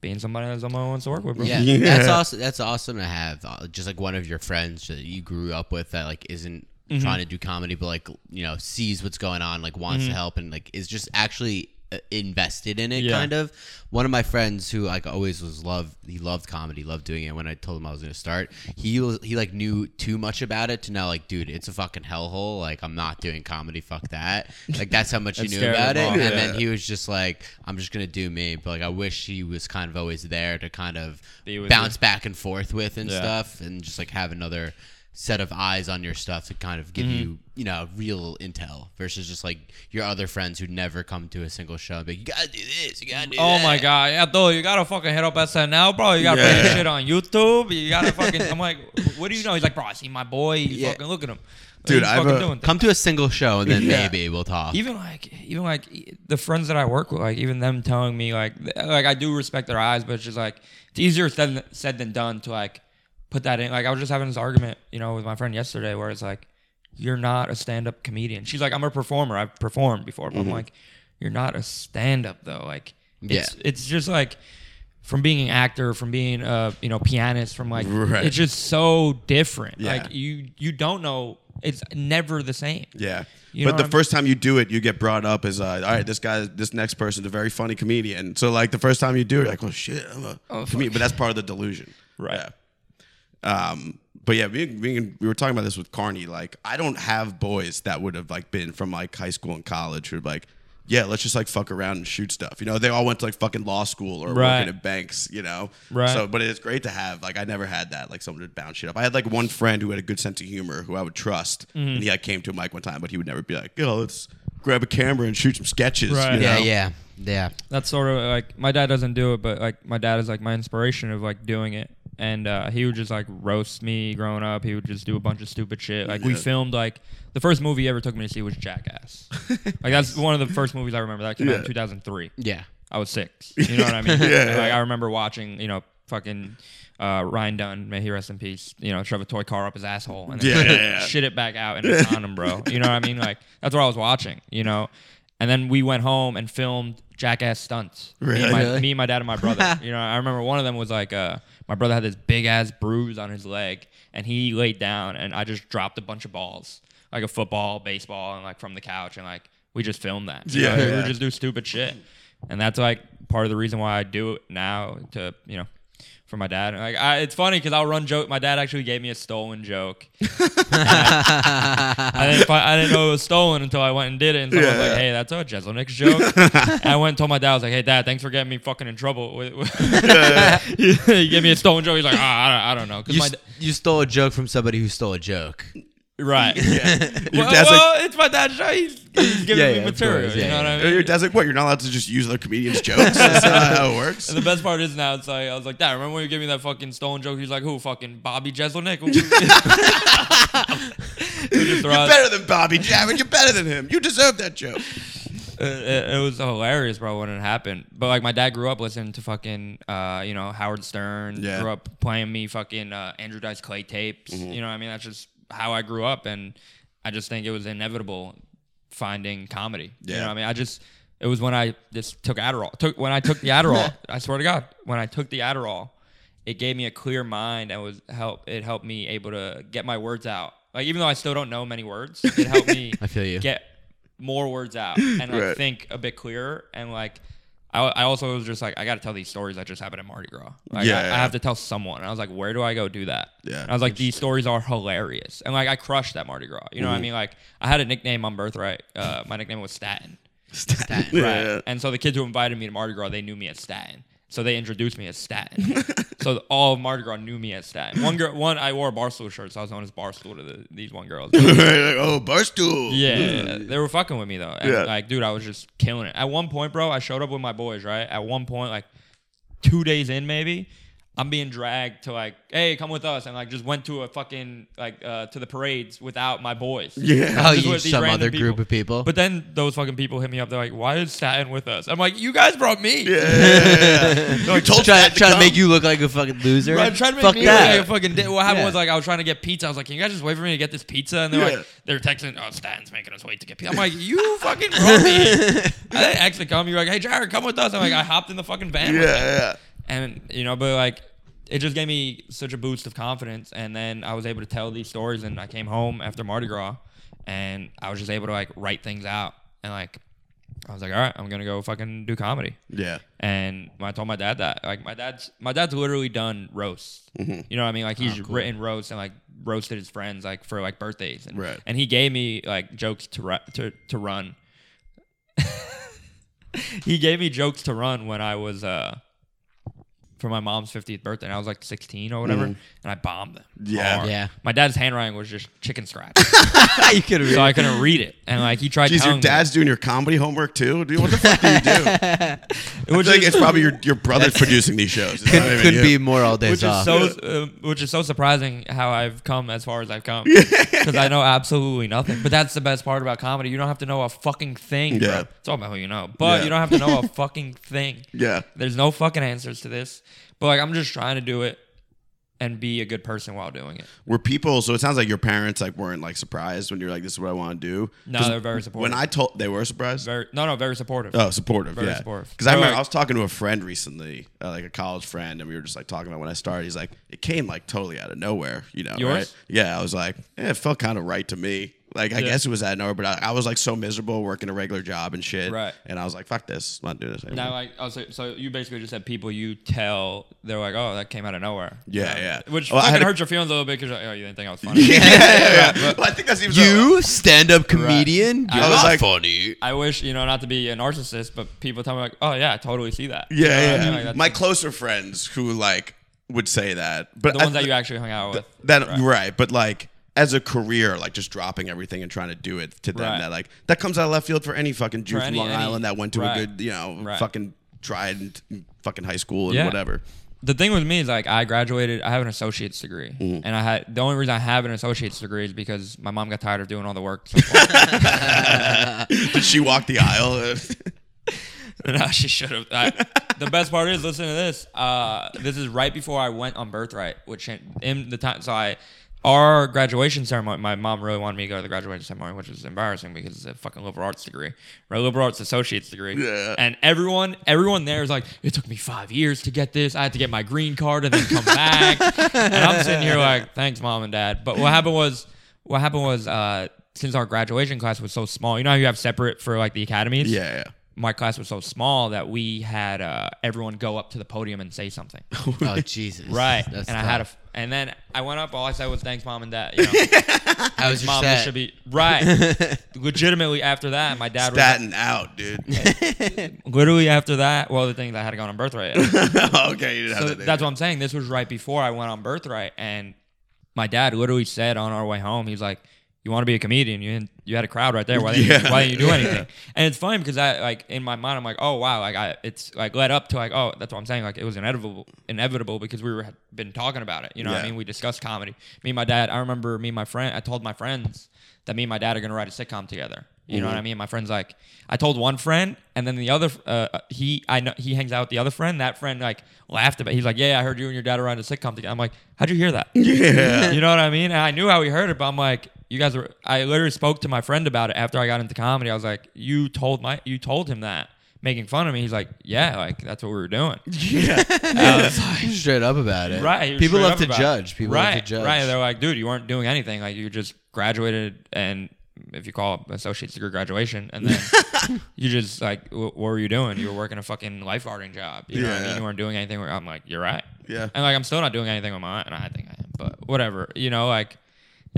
Speaker 3: being somebody that someone wants to work [laughs] with. Bro.
Speaker 2: Yeah,
Speaker 1: Yeah.
Speaker 2: that's awesome. That's awesome to have uh, just like one of your friends that you grew up with that like isn't
Speaker 3: Mm-hmm.
Speaker 2: trying to do comedy, but like you know sees what's going on, like wants
Speaker 3: Mm-hmm.
Speaker 2: to help, and like is just actually uh, invested in it.
Speaker 3: Yeah.
Speaker 2: Kind of. One of my friends who like always was loved. He loved comedy, loved doing it. When I told him I was going to start, he was, he like knew too much about it to know like, dude, it's a fucking hellhole. Like I'm not doing comedy. Fuck that. Like that's how much he
Speaker 3: That
Speaker 2: knew
Speaker 3: scared
Speaker 2: about it.
Speaker 3: him off.
Speaker 2: And
Speaker 1: Yeah.
Speaker 2: then he was just like, I'm just gonna do me. But like, I wish he was kind of always there to kind of
Speaker 3: Be with
Speaker 2: bounce back and forth with and
Speaker 3: Yeah.
Speaker 2: stuff, and just like have another set of eyes on your stuff to kind of give
Speaker 3: Mm-hmm.
Speaker 2: you, you know, real intel versus just like your other friends who never come to a single show. But you gotta do this. You gotta do.
Speaker 3: Oh
Speaker 2: that."
Speaker 3: my god, yeah, though you gotta fucking hit up SNL, bro. You gotta
Speaker 1: Yeah.
Speaker 3: put your shit on YouTube. You gotta fucking. I'm like, what do you know? He's like, bro, I see my boy. You
Speaker 2: Yeah.
Speaker 3: fucking look at him,
Speaker 1: Dude,
Speaker 3: He's
Speaker 1: I've,
Speaker 3: fucking
Speaker 1: uh,
Speaker 3: doing things.
Speaker 2: Come to a single show and then
Speaker 1: Yeah.
Speaker 2: maybe we'll talk.
Speaker 3: Even like, even like e- the friends that I work with, like even them telling me like, th- like I do respect their eyes, but it's just like it's easier said than, said than done to like put that in. Like I was just having this argument, you know, with my friend yesterday, where it's like, you're not a stand-up comedian. She's like, I'm a performer. I've performed before, but
Speaker 1: Mm-hmm.
Speaker 3: I'm like, you're not a stand-up though. Like, it's,
Speaker 2: Yeah.
Speaker 3: it's just like from being an actor, from being a you know pianist, from like
Speaker 1: Right.
Speaker 3: it's just so different.
Speaker 1: Yeah.
Speaker 3: Like you you don't know. It's never the same.
Speaker 1: Yeah.
Speaker 3: You know
Speaker 1: but
Speaker 3: what
Speaker 1: the
Speaker 3: I'm-
Speaker 1: first time you do it, you get brought up as, uh, all right, this guy, this next person's a very funny comedian. So, like, the first time you do it, you're like, oh, shit, I'm a comedian. But that's part of the delusion.
Speaker 3: Right.
Speaker 1: Yeah. Um, but yeah, me, and- me and- we were talking about this with Carney. Like, I don't have boys that would have, like, been from, like, high school and college who, like, yeah, let's just, like, fuck around and shoot stuff. You know, they all went to, like, fucking law school or
Speaker 3: Right.
Speaker 1: working at banks, you know?
Speaker 3: Right.
Speaker 1: So, but it's great to have. Like, I never had that. Like, someone to bounce shit up. I had like one friend who had a good sense of humor who I would trust,
Speaker 3: Mm-hmm.
Speaker 1: and he like came to a mic one time, but he would never be like, "Yo, let's grab a camera and shoot some sketches."
Speaker 3: Right.
Speaker 1: you
Speaker 2: yeah,
Speaker 1: know?
Speaker 2: yeah, yeah.
Speaker 3: that's sort of like my dad doesn't do it, but like my dad is like my inspiration of like doing it. And uh, he would just like roast me growing up. He would just do a bunch of stupid shit. Like we
Speaker 1: Yeah.
Speaker 3: filmed like the first movie he ever took me to see
Speaker 1: [laughs]
Speaker 3: was Jackass. like that's one of the first movies I remember. That came out
Speaker 1: Yeah.
Speaker 3: in 2003.
Speaker 2: Yeah.
Speaker 3: I was six. You know what
Speaker 1: [laughs]
Speaker 3: I mean? Like I remember watching, you know, fucking uh, Ryan Dunn, may he rest in peace. You know, shove a toy car up his asshole and then
Speaker 1: Yeah.
Speaker 3: shit, it, shit it back out in a condom, bro. You know what I mean? Like that's what I was watching. You know, and then we went home and filmed jackass stunts. Me and my,
Speaker 2: Really?
Speaker 3: me and my dad and
Speaker 1: [laughs]
Speaker 3: my brother. you know, I remember one of them was like, uh, my brother had this big ass bruise on his leg, and he laid down, and I just dropped a bunch of balls, like a football, baseball, and like from the couch, and like we just filmed that. You know,
Speaker 1: [laughs] Yeah,
Speaker 3: we
Speaker 1: yeah.
Speaker 3: were just do stupid shit, and that's like part of the reason why I do it now to you know. For my dad, And, like I, it's funny because I'll run joke. My dad actually gave me a
Speaker 2: [laughs]
Speaker 3: stolen joke. I didn't, fi- I didn't know it was stolen until I went and did it. And someone was
Speaker 1: Yeah.
Speaker 3: like, "Hey, that's a Jeselnik
Speaker 1: [laughs]
Speaker 3: joke." and I went and told my dad, "I was like, hey, dad, thanks for getting me fucking in trouble." with- with- [laughs] he gave me a stolen joke. He's like, "Ah, I, don't, I don't know." 'Cause
Speaker 2: You,
Speaker 3: my
Speaker 2: s- you stole a joke from somebody who stole a
Speaker 3: [laughs]
Speaker 2: joke.
Speaker 3: da-
Speaker 2: [laughs]
Speaker 3: right. [laughs]
Speaker 1: Your
Speaker 3: well,
Speaker 1: dad's
Speaker 3: well, it's my dad's show. He's, he's giving
Speaker 2: Yeah,
Speaker 3: me
Speaker 2: yeah, of
Speaker 3: material.
Speaker 2: course.
Speaker 3: you
Speaker 2: Yeah,
Speaker 3: know
Speaker 2: yeah.
Speaker 3: what I
Speaker 1: like,
Speaker 3: mean?
Speaker 1: your dad's like, "What? You're not allowed to just use other comedians' jokes? That's not how it works."
Speaker 3: And the best part is now it's like I was like, Dad, remember when you gave me that fucking stolen joke? He's like, Who fucking Bobby Jeselnik? Who- Who just throw
Speaker 1: You're
Speaker 3: out-
Speaker 1: better than Bobby Javin. You're better than him. You deserve that joke.
Speaker 3: it, it- it was hilarious, bro, when it happened. But like, my dad grew up listening to fucking, uh, you know, Howard Stern.
Speaker 1: Yeah.
Speaker 3: Grew up playing me fucking uh, Andrew Dice Clay tapes.
Speaker 2: Mm-hmm.
Speaker 3: You know, what I mean, that's just how I grew up, and I just think it was inevitable finding comedy. You
Speaker 1: Yeah.
Speaker 3: know, what I mean, I just it was when I just took Adderall. Took when I took
Speaker 2: [laughs]
Speaker 3: the Adderall. I swear to God, when I took the Adderall, it gave me a clear mind and was help. It helped me able to get my words out. Like even though I still don't know many words, it helped me
Speaker 2: [laughs] I feel you.
Speaker 3: get more
Speaker 1: [laughs]
Speaker 3: words out and like
Speaker 1: Right.
Speaker 3: think a bit clearer and like I, I also was just like I got to tell these stories that just happened at Mardi Gras. Like,
Speaker 1: Yeah,
Speaker 3: I,
Speaker 1: yeah.
Speaker 3: I have to tell someone. And I was like, where do I go do that?
Speaker 1: Yeah.
Speaker 3: And I was like, these stories are
Speaker 1: Mm-hmm.
Speaker 3: hilarious, and like I crushed that Mardi Gras. You know what I mean? Like I had a nickname on birthright. Uh, my nickname was Statin.
Speaker 2: Staten.
Speaker 1: [laughs] Yeah.
Speaker 3: And so the kids who invited me to Mardi Gras, they knew me as Staten. So they introduced me as Staten.
Speaker 1: [laughs]
Speaker 3: so all of Mardi Gras knew me as Staten. One girl, one I wore a barstool shirt, so I was known as barstool to the, these one
Speaker 1: [laughs]
Speaker 3: girls. yeah,
Speaker 1: Like, [laughs] oh, barstool. Mm.
Speaker 3: yeah, they were fucking with me though. And,
Speaker 1: Yeah.
Speaker 3: Like, dude, I was just killing it. At one point, bro, I showed up with my boys. Right. At one point, like two days in, maybe. I'm being dragged to like, hey, come with us, and like just went to a fucking like uh, to the parades without my boys.
Speaker 1: Yeah.
Speaker 2: Oh,
Speaker 3: Just
Speaker 2: you
Speaker 3: with these
Speaker 2: some
Speaker 3: random
Speaker 2: other group of people.
Speaker 3: But then those fucking people hit me up. They're like, "Why is Satin with us?" I'm like, "You guys brought me."
Speaker 1: You told
Speaker 3: [laughs]
Speaker 2: trying
Speaker 1: Pat
Speaker 2: trying to
Speaker 1: come.
Speaker 2: make you look like a fucking loser.
Speaker 3: Bro, I'm trying to make
Speaker 2: Fuck
Speaker 3: me
Speaker 2: that.
Speaker 3: look like a fucking. Di- what happened
Speaker 2: Yeah.
Speaker 3: was like I was trying to get pizza. I was like, "Can you guys just wait for me to get this pizza?" And they're
Speaker 1: Yeah.
Speaker 3: like, they're texting, "Oh, Statin's making us wait to get pizza." I'm like, "You [laughs] fucking brought me."
Speaker 2: [laughs]
Speaker 3: I didn't actually come. You're like, "Hey, Jared, come with us." I'm like, I hopped in the fucking van.
Speaker 1: Yeah,
Speaker 3: with them.
Speaker 1: yeah.
Speaker 3: And you know, but like, it just gave me such a boost of confidence. And then I was able to tell these stories. And I came home after Mardi Gras, and I was just able to like write things out. And like, I was like, "All right, I'm gonna go fucking do comedy."
Speaker 1: Yeah.
Speaker 3: And when I told my dad that, like my dad's my dad's literally done roasts.
Speaker 1: Mm-hmm.
Speaker 3: You know what I mean? Like he's written roasts and like roasted his friends like for like birthdays. And,
Speaker 1: Right.
Speaker 3: And he gave me like jokes to ru- to to run. [laughs] he gave me jokes to run when I was uh for my mom's 50th birthday and I was like 16 or whatever and I bombed them.
Speaker 1: Mm-hmm. Yeah.
Speaker 3: hard.
Speaker 2: Yeah.
Speaker 3: My dad's handwriting was just
Speaker 1: [laughs]
Speaker 3: chicken scratch.
Speaker 2: [laughs] you could
Speaker 3: so I couldn't read it. And like he tried
Speaker 1: Jeez,
Speaker 3: telling
Speaker 1: your
Speaker 3: me.
Speaker 1: dad's doing your comedy homework too? Dude, what the fuck do you [laughs] do? I
Speaker 3: it was
Speaker 1: feel like
Speaker 3: just-
Speaker 1: it's probably your, your brother's producing these shows. It's not even
Speaker 2: could
Speaker 1: you.
Speaker 2: be more all days
Speaker 3: which is
Speaker 2: off.
Speaker 3: so uh, which is so surprising how I've come as far as I've come because I know absolutely nothing. But that's the best part about comedy. You don't have to know a fucking thing.
Speaker 1: Yeah.
Speaker 3: Bro. It's all about who you know, but
Speaker 1: Yeah.
Speaker 3: you don't have to
Speaker 1: [laughs]
Speaker 3: know a fucking thing.
Speaker 1: Yeah.
Speaker 3: There's no fucking answers to this. But like, I'm just trying to do it and be a good person while doing it.
Speaker 1: Were people so it sounds like your parents like weren't like surprised when you're like, This is what I want to do.
Speaker 3: No,
Speaker 1: 'Cause
Speaker 3: they're very supportive.
Speaker 1: When I told they were surprised?
Speaker 3: Very no, no, very supportive.
Speaker 1: Oh, supportive.
Speaker 3: Very
Speaker 1: yeah.
Speaker 3: supportive.
Speaker 1: Because I
Speaker 3: Or,
Speaker 1: remember
Speaker 3: like-
Speaker 1: I was talking to a friend recently, uh, like a college friend, and we were just like talking about when I started. He's like, it came like totally out of nowhere, you know?
Speaker 3: Yours?
Speaker 1: Right? Yeah. I was like, eh, it felt kind of right to me. Like, I
Speaker 3: Yeah.
Speaker 1: guess it was out of nowhere, but I, I was like so miserable working a regular job and shit.
Speaker 3: Right.
Speaker 1: And I was like, fuck this. I'm not doing this anymore.
Speaker 3: Now, like, oh, so, so you basically just had people you tell they're like, oh, that came out of nowhere.
Speaker 1: Yeah, yeah.
Speaker 3: Which
Speaker 1: Well, I had
Speaker 3: fucking
Speaker 1: a-
Speaker 3: hurts your feelings a little bit because like, oh, you didn't think I
Speaker 1: [laughs]
Speaker 3: was funny.
Speaker 1: yeah, yeah, yeah. Well, [laughs] I think that's even
Speaker 2: you stand up comedian. You're
Speaker 1: was
Speaker 2: not
Speaker 1: like-
Speaker 2: funny.
Speaker 3: I wish, you know, not to be a narcissist, but people tell me like, oh yeah, I totally see that. You know what I
Speaker 1: Yeah,
Speaker 3: mean?
Speaker 1: yeah.
Speaker 3: Like, that's
Speaker 1: My closer friends who like would say that, but
Speaker 3: the
Speaker 1: I
Speaker 3: ones that
Speaker 1: th-
Speaker 3: you actually hung out with.
Speaker 1: that right. but like as a career like just dropping everything and trying to do it to them
Speaker 3: Right.
Speaker 1: that like that comes out of left field for any fucking jew
Speaker 3: For
Speaker 1: from
Speaker 3: any-
Speaker 1: long
Speaker 3: any-
Speaker 1: island that went to
Speaker 3: right.
Speaker 1: a good you know
Speaker 3: Right.
Speaker 1: fucking tried and fucking high school and
Speaker 3: Yeah.
Speaker 1: whatever
Speaker 3: the thing with me is like I graduated. I have an associate's degree,
Speaker 1: Mm-hmm.
Speaker 3: and I had the only reason I have an associate's degree is because my mom got tired of doing all
Speaker 1: [laughs]
Speaker 3: the work. So far.
Speaker 1: did she walk the aisle [laughs]
Speaker 3: [laughs] no, she should have. I- The best part is, listen to this. Uh, this is right before I went on birthright, which in- in the time. So I, our graduation ceremony. My mom really wanted me to go to the graduation ceremony, which is embarrassing because it's a fucking liberal arts degree, right? Liberal arts associate's degree.
Speaker 1: Yeah.
Speaker 3: And everyone, everyone there is like, it took me five years to get this. I had to get my green card and then come back. and I'm sitting here like, thanks, mom and dad. But what happened was, what happened was, uh, since our graduation class was so small, you know how you have separate for like the academies
Speaker 1: yeah
Speaker 3: my class was so small that we had uh, everyone go up to the podium and
Speaker 2: [laughs]
Speaker 3: say something.
Speaker 2: [laughs] Oh Jesus!
Speaker 3: Right. and
Speaker 2: That's
Speaker 3: I had a,
Speaker 2: tough.
Speaker 3: f- and then I went up. All I said was thanks, mom and dad.
Speaker 2: [laughs]
Speaker 3: You know,
Speaker 2: How was your
Speaker 3: mom,
Speaker 2: set?
Speaker 3: this should be
Speaker 2: [laughs]
Speaker 3: right. Legitimately, after that, my dad
Speaker 1: statin out dude [laughs]
Speaker 3: was literally after that. Well, the things I had gone on birthright. [laughs]
Speaker 1: okay you didn't have
Speaker 3: so
Speaker 1: that
Speaker 3: that's what I'm saying. This was right before I went on birthright, and my dad literally said on our way home, he's like, "You want to be a comedian? You didn't, you had a crowd right there. Why didn't,
Speaker 1: Yeah.
Speaker 3: you, why didn't you do
Speaker 1: [laughs] Yeah.
Speaker 3: anything?" And it's funny because I like in my mind, I'm like, "Oh wow!" Like I, it's like led up to like, "Oh, that's what I'm saying." Like it was inevitable, inevitable because we were had been talking about it. You know, what I
Speaker 1: Yeah.
Speaker 3: mean, we discussed comedy. Me and my dad. I remember me and my friend. I told my friends that me and my dad are gonna write a sitcom together. You know what I mean? My friend's like, I told one friend, and then the other, uh, he, I know he hangs out with the other friend. That friend like laughed about. He's like, Yeah, I heard you and your dad are on a sitcom together. I'm like, How'd you hear that?
Speaker 1: yeah
Speaker 3: You know what I mean? And I knew how he heard it, but I'm like, you guys were. I literally spoke to my friend about it after I got into comedy. I was like, you told my, you told him that, making fun of me. He's like, yeah, like that's what we were doing.
Speaker 1: yeah
Speaker 2: He was straight up about it.
Speaker 3: Right. he was
Speaker 2: People
Speaker 3: straight
Speaker 2: love
Speaker 3: up
Speaker 2: to
Speaker 3: about it.
Speaker 2: judge. People
Speaker 3: right,
Speaker 2: love to judge.
Speaker 3: Right. They're like, dude, you weren't doing anything. Like you just graduated, and if you call it associate's degree graduation,
Speaker 2: [laughs]
Speaker 3: and then you just like, wh- what were you doing? You were working a fucking lifeguarding job. You know what I mean?
Speaker 1: Yeah.
Speaker 3: You weren't doing anything. Where I'm like, you're right.
Speaker 1: Yeah.
Speaker 3: And like, I'm still not doing anything with my, and I think I am, but whatever. You know, like,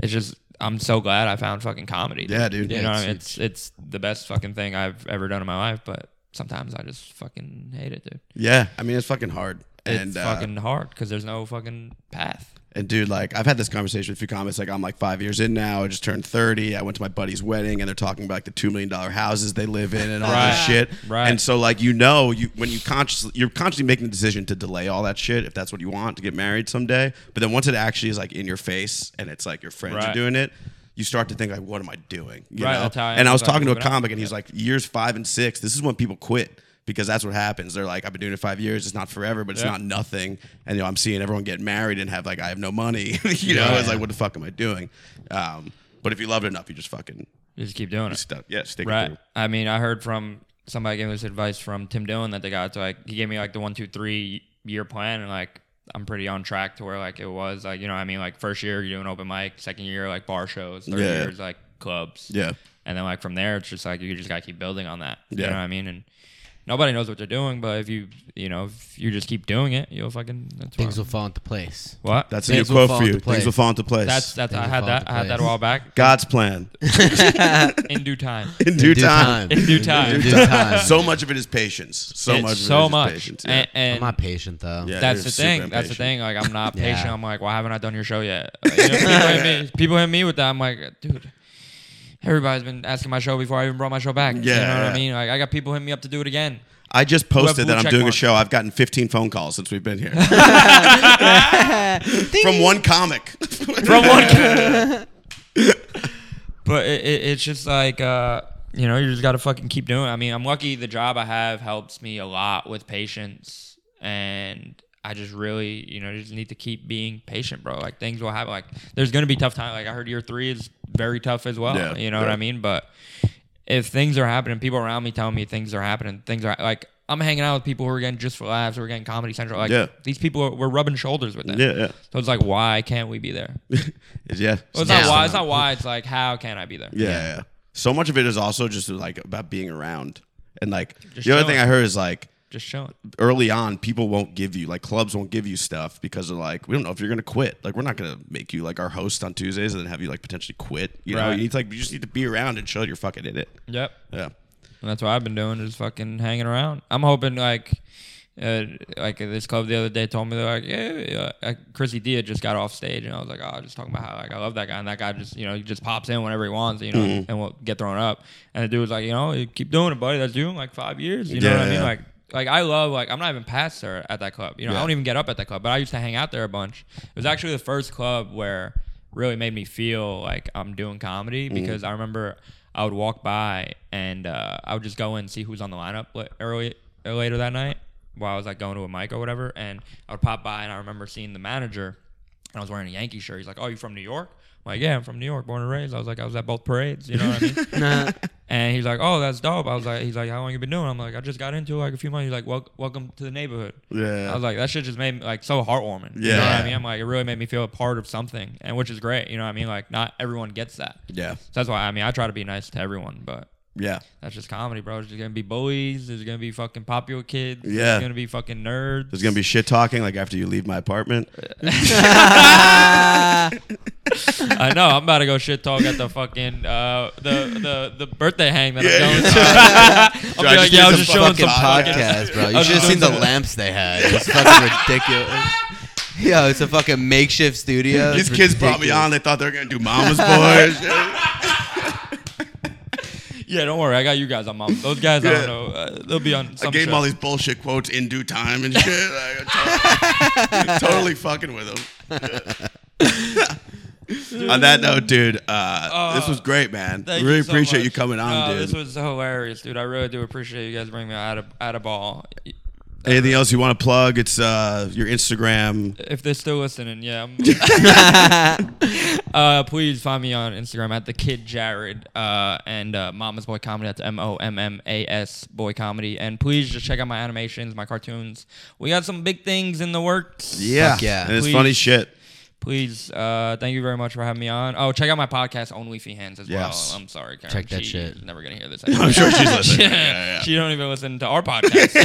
Speaker 3: it's just. I'm so glad I found fucking comedy.
Speaker 1: Yeah, dude.
Speaker 3: you
Speaker 2: Yeah,
Speaker 3: know,
Speaker 2: it's
Speaker 3: what I mean? it's it's the best fucking thing I've ever done in my life. But sometimes I just fucking hate it, dude.
Speaker 1: Yeah, I mean it's fucking hard. And
Speaker 3: it's
Speaker 1: uh,
Speaker 3: fucking hard because there's no fucking path.
Speaker 1: And dude, like I've had this conversation with a few comics. Like I'm like five years in now. I just turned thirty. I went to my buddy's wedding, and they're talking about like the two million dollar houses they live in and all this
Speaker 3: Right.
Speaker 1: shit.
Speaker 3: Right.
Speaker 1: And so like you know, you when you consciously you're consciously making the decision to delay all that shit if that's what you want to get married someday. But then once it actually is like in your face and it's like your friends are
Speaker 3: Right.
Speaker 1: doing it. You start to think like, what am I doing? You
Speaker 3: Right,
Speaker 1: know?
Speaker 3: that's how I
Speaker 1: and I
Speaker 3: am
Speaker 1: was
Speaker 3: with, like,
Speaker 1: talking to a
Speaker 3: moving out.
Speaker 1: comic, and he's like, years five and six, this is when people quit because that's what happens. They're like, I've been doing it five years. It's not forever, but it's
Speaker 3: Yeah.
Speaker 1: not nothing. And you know, I'm seeing everyone get married and have like, I have no money. [laughs] you know, it's like, what the fuck am I doing? Um, but if you love it enough, you just fucking
Speaker 3: You just keep doing it.
Speaker 1: stuff. Yeah, stick it
Speaker 3: Right.
Speaker 1: through.
Speaker 3: I mean, I heard from somebody gave me this advice from Tim Dillon that they got to like he gave me like the one, two, three year plan and like I'm pretty on track to where like it was like you know what I mean like first year you're doing open mic, second year like bar shows, third
Speaker 1: Yeah.
Speaker 3: year is like clubs.
Speaker 1: Yeah,
Speaker 3: And then like from there it's just like you just gotta keep building on that. You
Speaker 1: Yeah.
Speaker 3: know what I mean? And nobody knows what they're doing, but if you you know, if you just keep doing it, you'll fucking that's
Speaker 2: Things will
Speaker 3: what,
Speaker 2: fall into place.
Speaker 3: what?
Speaker 1: that's
Speaker 2: Things
Speaker 1: a
Speaker 2: will
Speaker 1: new
Speaker 2: fall
Speaker 1: quote for you.
Speaker 2: into place.
Speaker 1: Things will fall into place.
Speaker 3: that's that's I
Speaker 2: Things
Speaker 3: had
Speaker 2: will fall
Speaker 3: that
Speaker 2: into
Speaker 3: I had that a
Speaker 2: place. [laughs]
Speaker 3: while back.
Speaker 1: God's plan
Speaker 3: in due time.
Speaker 1: in due, time.
Speaker 3: In due time.
Speaker 1: [laughs]
Speaker 2: In due time.
Speaker 1: So much of it is patience. So
Speaker 3: It's
Speaker 1: much. Of it
Speaker 3: so
Speaker 1: is
Speaker 3: much.
Speaker 1: Patience. Yeah.
Speaker 3: And, and
Speaker 2: I'm not patient though.
Speaker 1: Yeah,
Speaker 3: that's
Speaker 1: you're
Speaker 3: the
Speaker 1: super
Speaker 3: thing. That's the
Speaker 1: impatient.
Speaker 3: thing. Like I'm not
Speaker 2: Yeah.
Speaker 3: patient. I'm like, why haven't I done your
Speaker 1: [laughs]
Speaker 3: show yet? Like, you know, people, hit me, people hit me with that. I'm like, dude. Everybody's been asking my show before I even brought my show back. you
Speaker 1: Yeah,
Speaker 3: know what
Speaker 1: yeah.
Speaker 3: I mean. Like I got people hitting me up to do it again.
Speaker 1: I just posted
Speaker 3: blue
Speaker 1: that I'm
Speaker 3: check
Speaker 1: doing a
Speaker 3: mark.
Speaker 1: show. I've gotten 15 phone calls since we've been here from one comic. [laughs]
Speaker 3: from one [laughs] but it, it, it's just like uh you know you just gotta fucking keep doing it. i mean i'm lucky the job i have helps me a lot with patience and i just really you know just need to keep being patient bro like things will happen like there's gonna be tough time like i heard year three is very tough as well
Speaker 1: Yeah,
Speaker 3: you know what
Speaker 1: yeah.
Speaker 3: i mean but if things are happening people around me telling me things are happening things are like i'm hanging out with people who are getting just for laughs who are getting comedy central like
Speaker 1: Yeah.
Speaker 3: these people are, we're rubbing shoulders with them
Speaker 1: Yeah, yeah.
Speaker 3: so it's like why can't we be there
Speaker 1: yeah.
Speaker 3: well, it's
Speaker 2: Now.
Speaker 3: not why. It's not why. It's like, how can I be there?
Speaker 1: Yeah, yeah. So much of it is also just like about being around. And like
Speaker 3: Just
Speaker 1: the other
Speaker 3: chilling.
Speaker 1: thing I heard is like
Speaker 3: Just showing.
Speaker 1: early on, people won't give you like clubs won't give you stuff because they're like, we don't know if you're gonna quit. Like we're not gonna make you like our host on Tuesdays and then have you like potentially quit. You know,
Speaker 3: Right.
Speaker 1: you need to like you just need to be around and show you're fucking in it.
Speaker 3: Yep.
Speaker 1: Yeah.
Speaker 3: And that's what I've been doing, just fucking hanging around. I'm hoping like, uh, like this club the other day told me they're like, yeah, yeah. Uh, Chrissy Dia just got off stage, and I was like, oh, just talking about how like I love that guy, and that guy just you know he just pops in whenever he wants, you know,
Speaker 1: Mm-hmm.
Speaker 3: and will get thrown up. And the dude was like, you know, you keep doing it, buddy. That's you in like five years. You know
Speaker 1: Yeah,
Speaker 3: what I mean?
Speaker 1: yeah.
Speaker 3: Like. Like I love like I'm not even past her at that club. You know, I don't even get up at that club, but I used to hang out there a bunch. It was actually the first club where really made me feel like I'm doing comedy because I remember I would walk by and uh, I would just go and see who's on the lineup li- early or later that night while I was like going to a mic or whatever, and I would pop by and I remember seeing the manager and I was wearing a Yankee shirt. He's like, "Oh, you from New York?" I'm like, "Yeah, I'm from New York, born and raised." I was like, "I was at both parades," you know what I mean?
Speaker 2: Nah.
Speaker 3: And he's like, "Oh, that's dope." I was like, "He's like, how long you been doing?" I'm like, "I just got into it like a few months." He's like, "Wel- "Welcome to the neighborhood."
Speaker 1: Yeah.
Speaker 3: I was like, "That shit just made me like so heartwarming." You know
Speaker 1: Yeah.
Speaker 3: what I mean? I'm like, it really made me feel a part of something, and which is great. You know what I mean? Like, not everyone gets that.
Speaker 1: Yeah.
Speaker 3: So that's why I mean, I try to be nice to everyone, but
Speaker 1: Yeah.
Speaker 3: that's just comedy, bro. There's just gonna be bullies. There's gonna be fucking popular kids.
Speaker 1: Yeah.
Speaker 3: There's gonna be fucking nerds.
Speaker 1: There's gonna be shit talking like after you leave my apartment.
Speaker 3: I know. I'm about to go shit talk at the fucking uh, the the the birthday hang that
Speaker 1: Yeah. [laughs]
Speaker 3: I'm going to.
Speaker 1: Dude,
Speaker 3: [laughs] I'll
Speaker 1: I just
Speaker 3: be like,
Speaker 1: did
Speaker 3: yeah, I was
Speaker 1: some
Speaker 3: just showing
Speaker 1: fucking
Speaker 3: some
Speaker 2: podcast, bro.
Speaker 3: I
Speaker 2: You
Speaker 3: was
Speaker 2: should have
Speaker 3: just
Speaker 2: seen the
Speaker 3: doing some-
Speaker 2: lamps they had. It's fucking ridiculous. [laughs] Yo, it's a fucking makeshift studio.
Speaker 1: These
Speaker 2: It's
Speaker 1: kids brought me
Speaker 2: ridiculous.
Speaker 1: on. They thought they were gonna do Mama's Boys.
Speaker 3: [laughs] Yeah, don't worry. I got you guys on mom. Those guys, I
Speaker 1: Yeah.
Speaker 3: don't know. Uh, they'll be on. Some
Speaker 1: I gave
Speaker 3: show.
Speaker 1: him all these bullshit quotes in due time and shit.
Speaker 3: [laughs]
Speaker 1: Like, I'm totally, totally fucking with him. on that note, dude, uh, this was great, man.
Speaker 3: Thank
Speaker 1: really
Speaker 3: so
Speaker 1: appreciate
Speaker 3: much.
Speaker 1: you coming on,
Speaker 3: No,
Speaker 1: dude.
Speaker 3: This was hilarious, dude. I really do appreciate you guys bringing me out of out of ball.
Speaker 1: Anything else you want to plug? It's uh, your Instagram.
Speaker 3: If they're still listening, yeah. I'm- [laughs] uh, please find me on Instagram at the Kid Jared uh, and uh, Mama's Boy Comedy. That's M O M M A S Boy Comedy. And please just check out my animations, my cartoons. We got some big things in the works.
Speaker 1: Yeah,
Speaker 2: Fuck yeah.
Speaker 1: And it's
Speaker 3: Please.
Speaker 1: funny shit.
Speaker 3: Please, uh, thank you very much for having me on. Oh, check out my podcast, Only Fee Hands, as
Speaker 1: Yes.
Speaker 3: well. I'm sorry, Karen.
Speaker 2: Check that
Speaker 3: She's
Speaker 2: shit.
Speaker 3: Never gonna hear this.
Speaker 1: [laughs] I'm
Speaker 3: [laughs]
Speaker 1: sure she's listening. [laughs]
Speaker 3: She don't even listen to our podcast.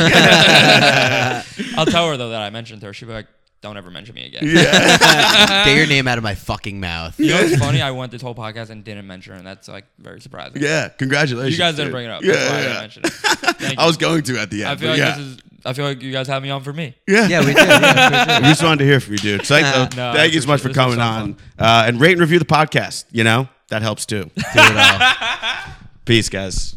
Speaker 3: I'll tell her though that I mentioned her. She'll be like, don't ever mention me again.
Speaker 1: Yeah.
Speaker 2: Get your name out of my fucking mouth.
Speaker 3: You know what's funny? I went this whole podcast and didn't mention her, and that's like very surprising.
Speaker 1: yeah. Congratulations.
Speaker 3: You guys
Speaker 1: dude.
Speaker 3: didn't bring it up.
Speaker 1: Yeah.
Speaker 3: that's why I didn't
Speaker 1: yeah. [laughs]
Speaker 3: mention it. Thank
Speaker 1: I
Speaker 3: you.
Speaker 1: was going to at the end.
Speaker 3: I feel
Speaker 1: but
Speaker 3: like
Speaker 1: yeah.
Speaker 3: this is. I feel like you guys have me on for me.
Speaker 1: yeah.
Speaker 2: Yeah, we did. Yeah,
Speaker 1: we just wanted to hear from you, dude. So, thank,
Speaker 2: Uh,
Speaker 3: no, I
Speaker 1: thank you so much for
Speaker 3: appreciate it. This was
Speaker 1: coming
Speaker 3: so
Speaker 1: on. Uh, and rate and review the podcast. You know, that helps too.
Speaker 2: for sure. Do it all.
Speaker 1: [laughs] Peace, guys.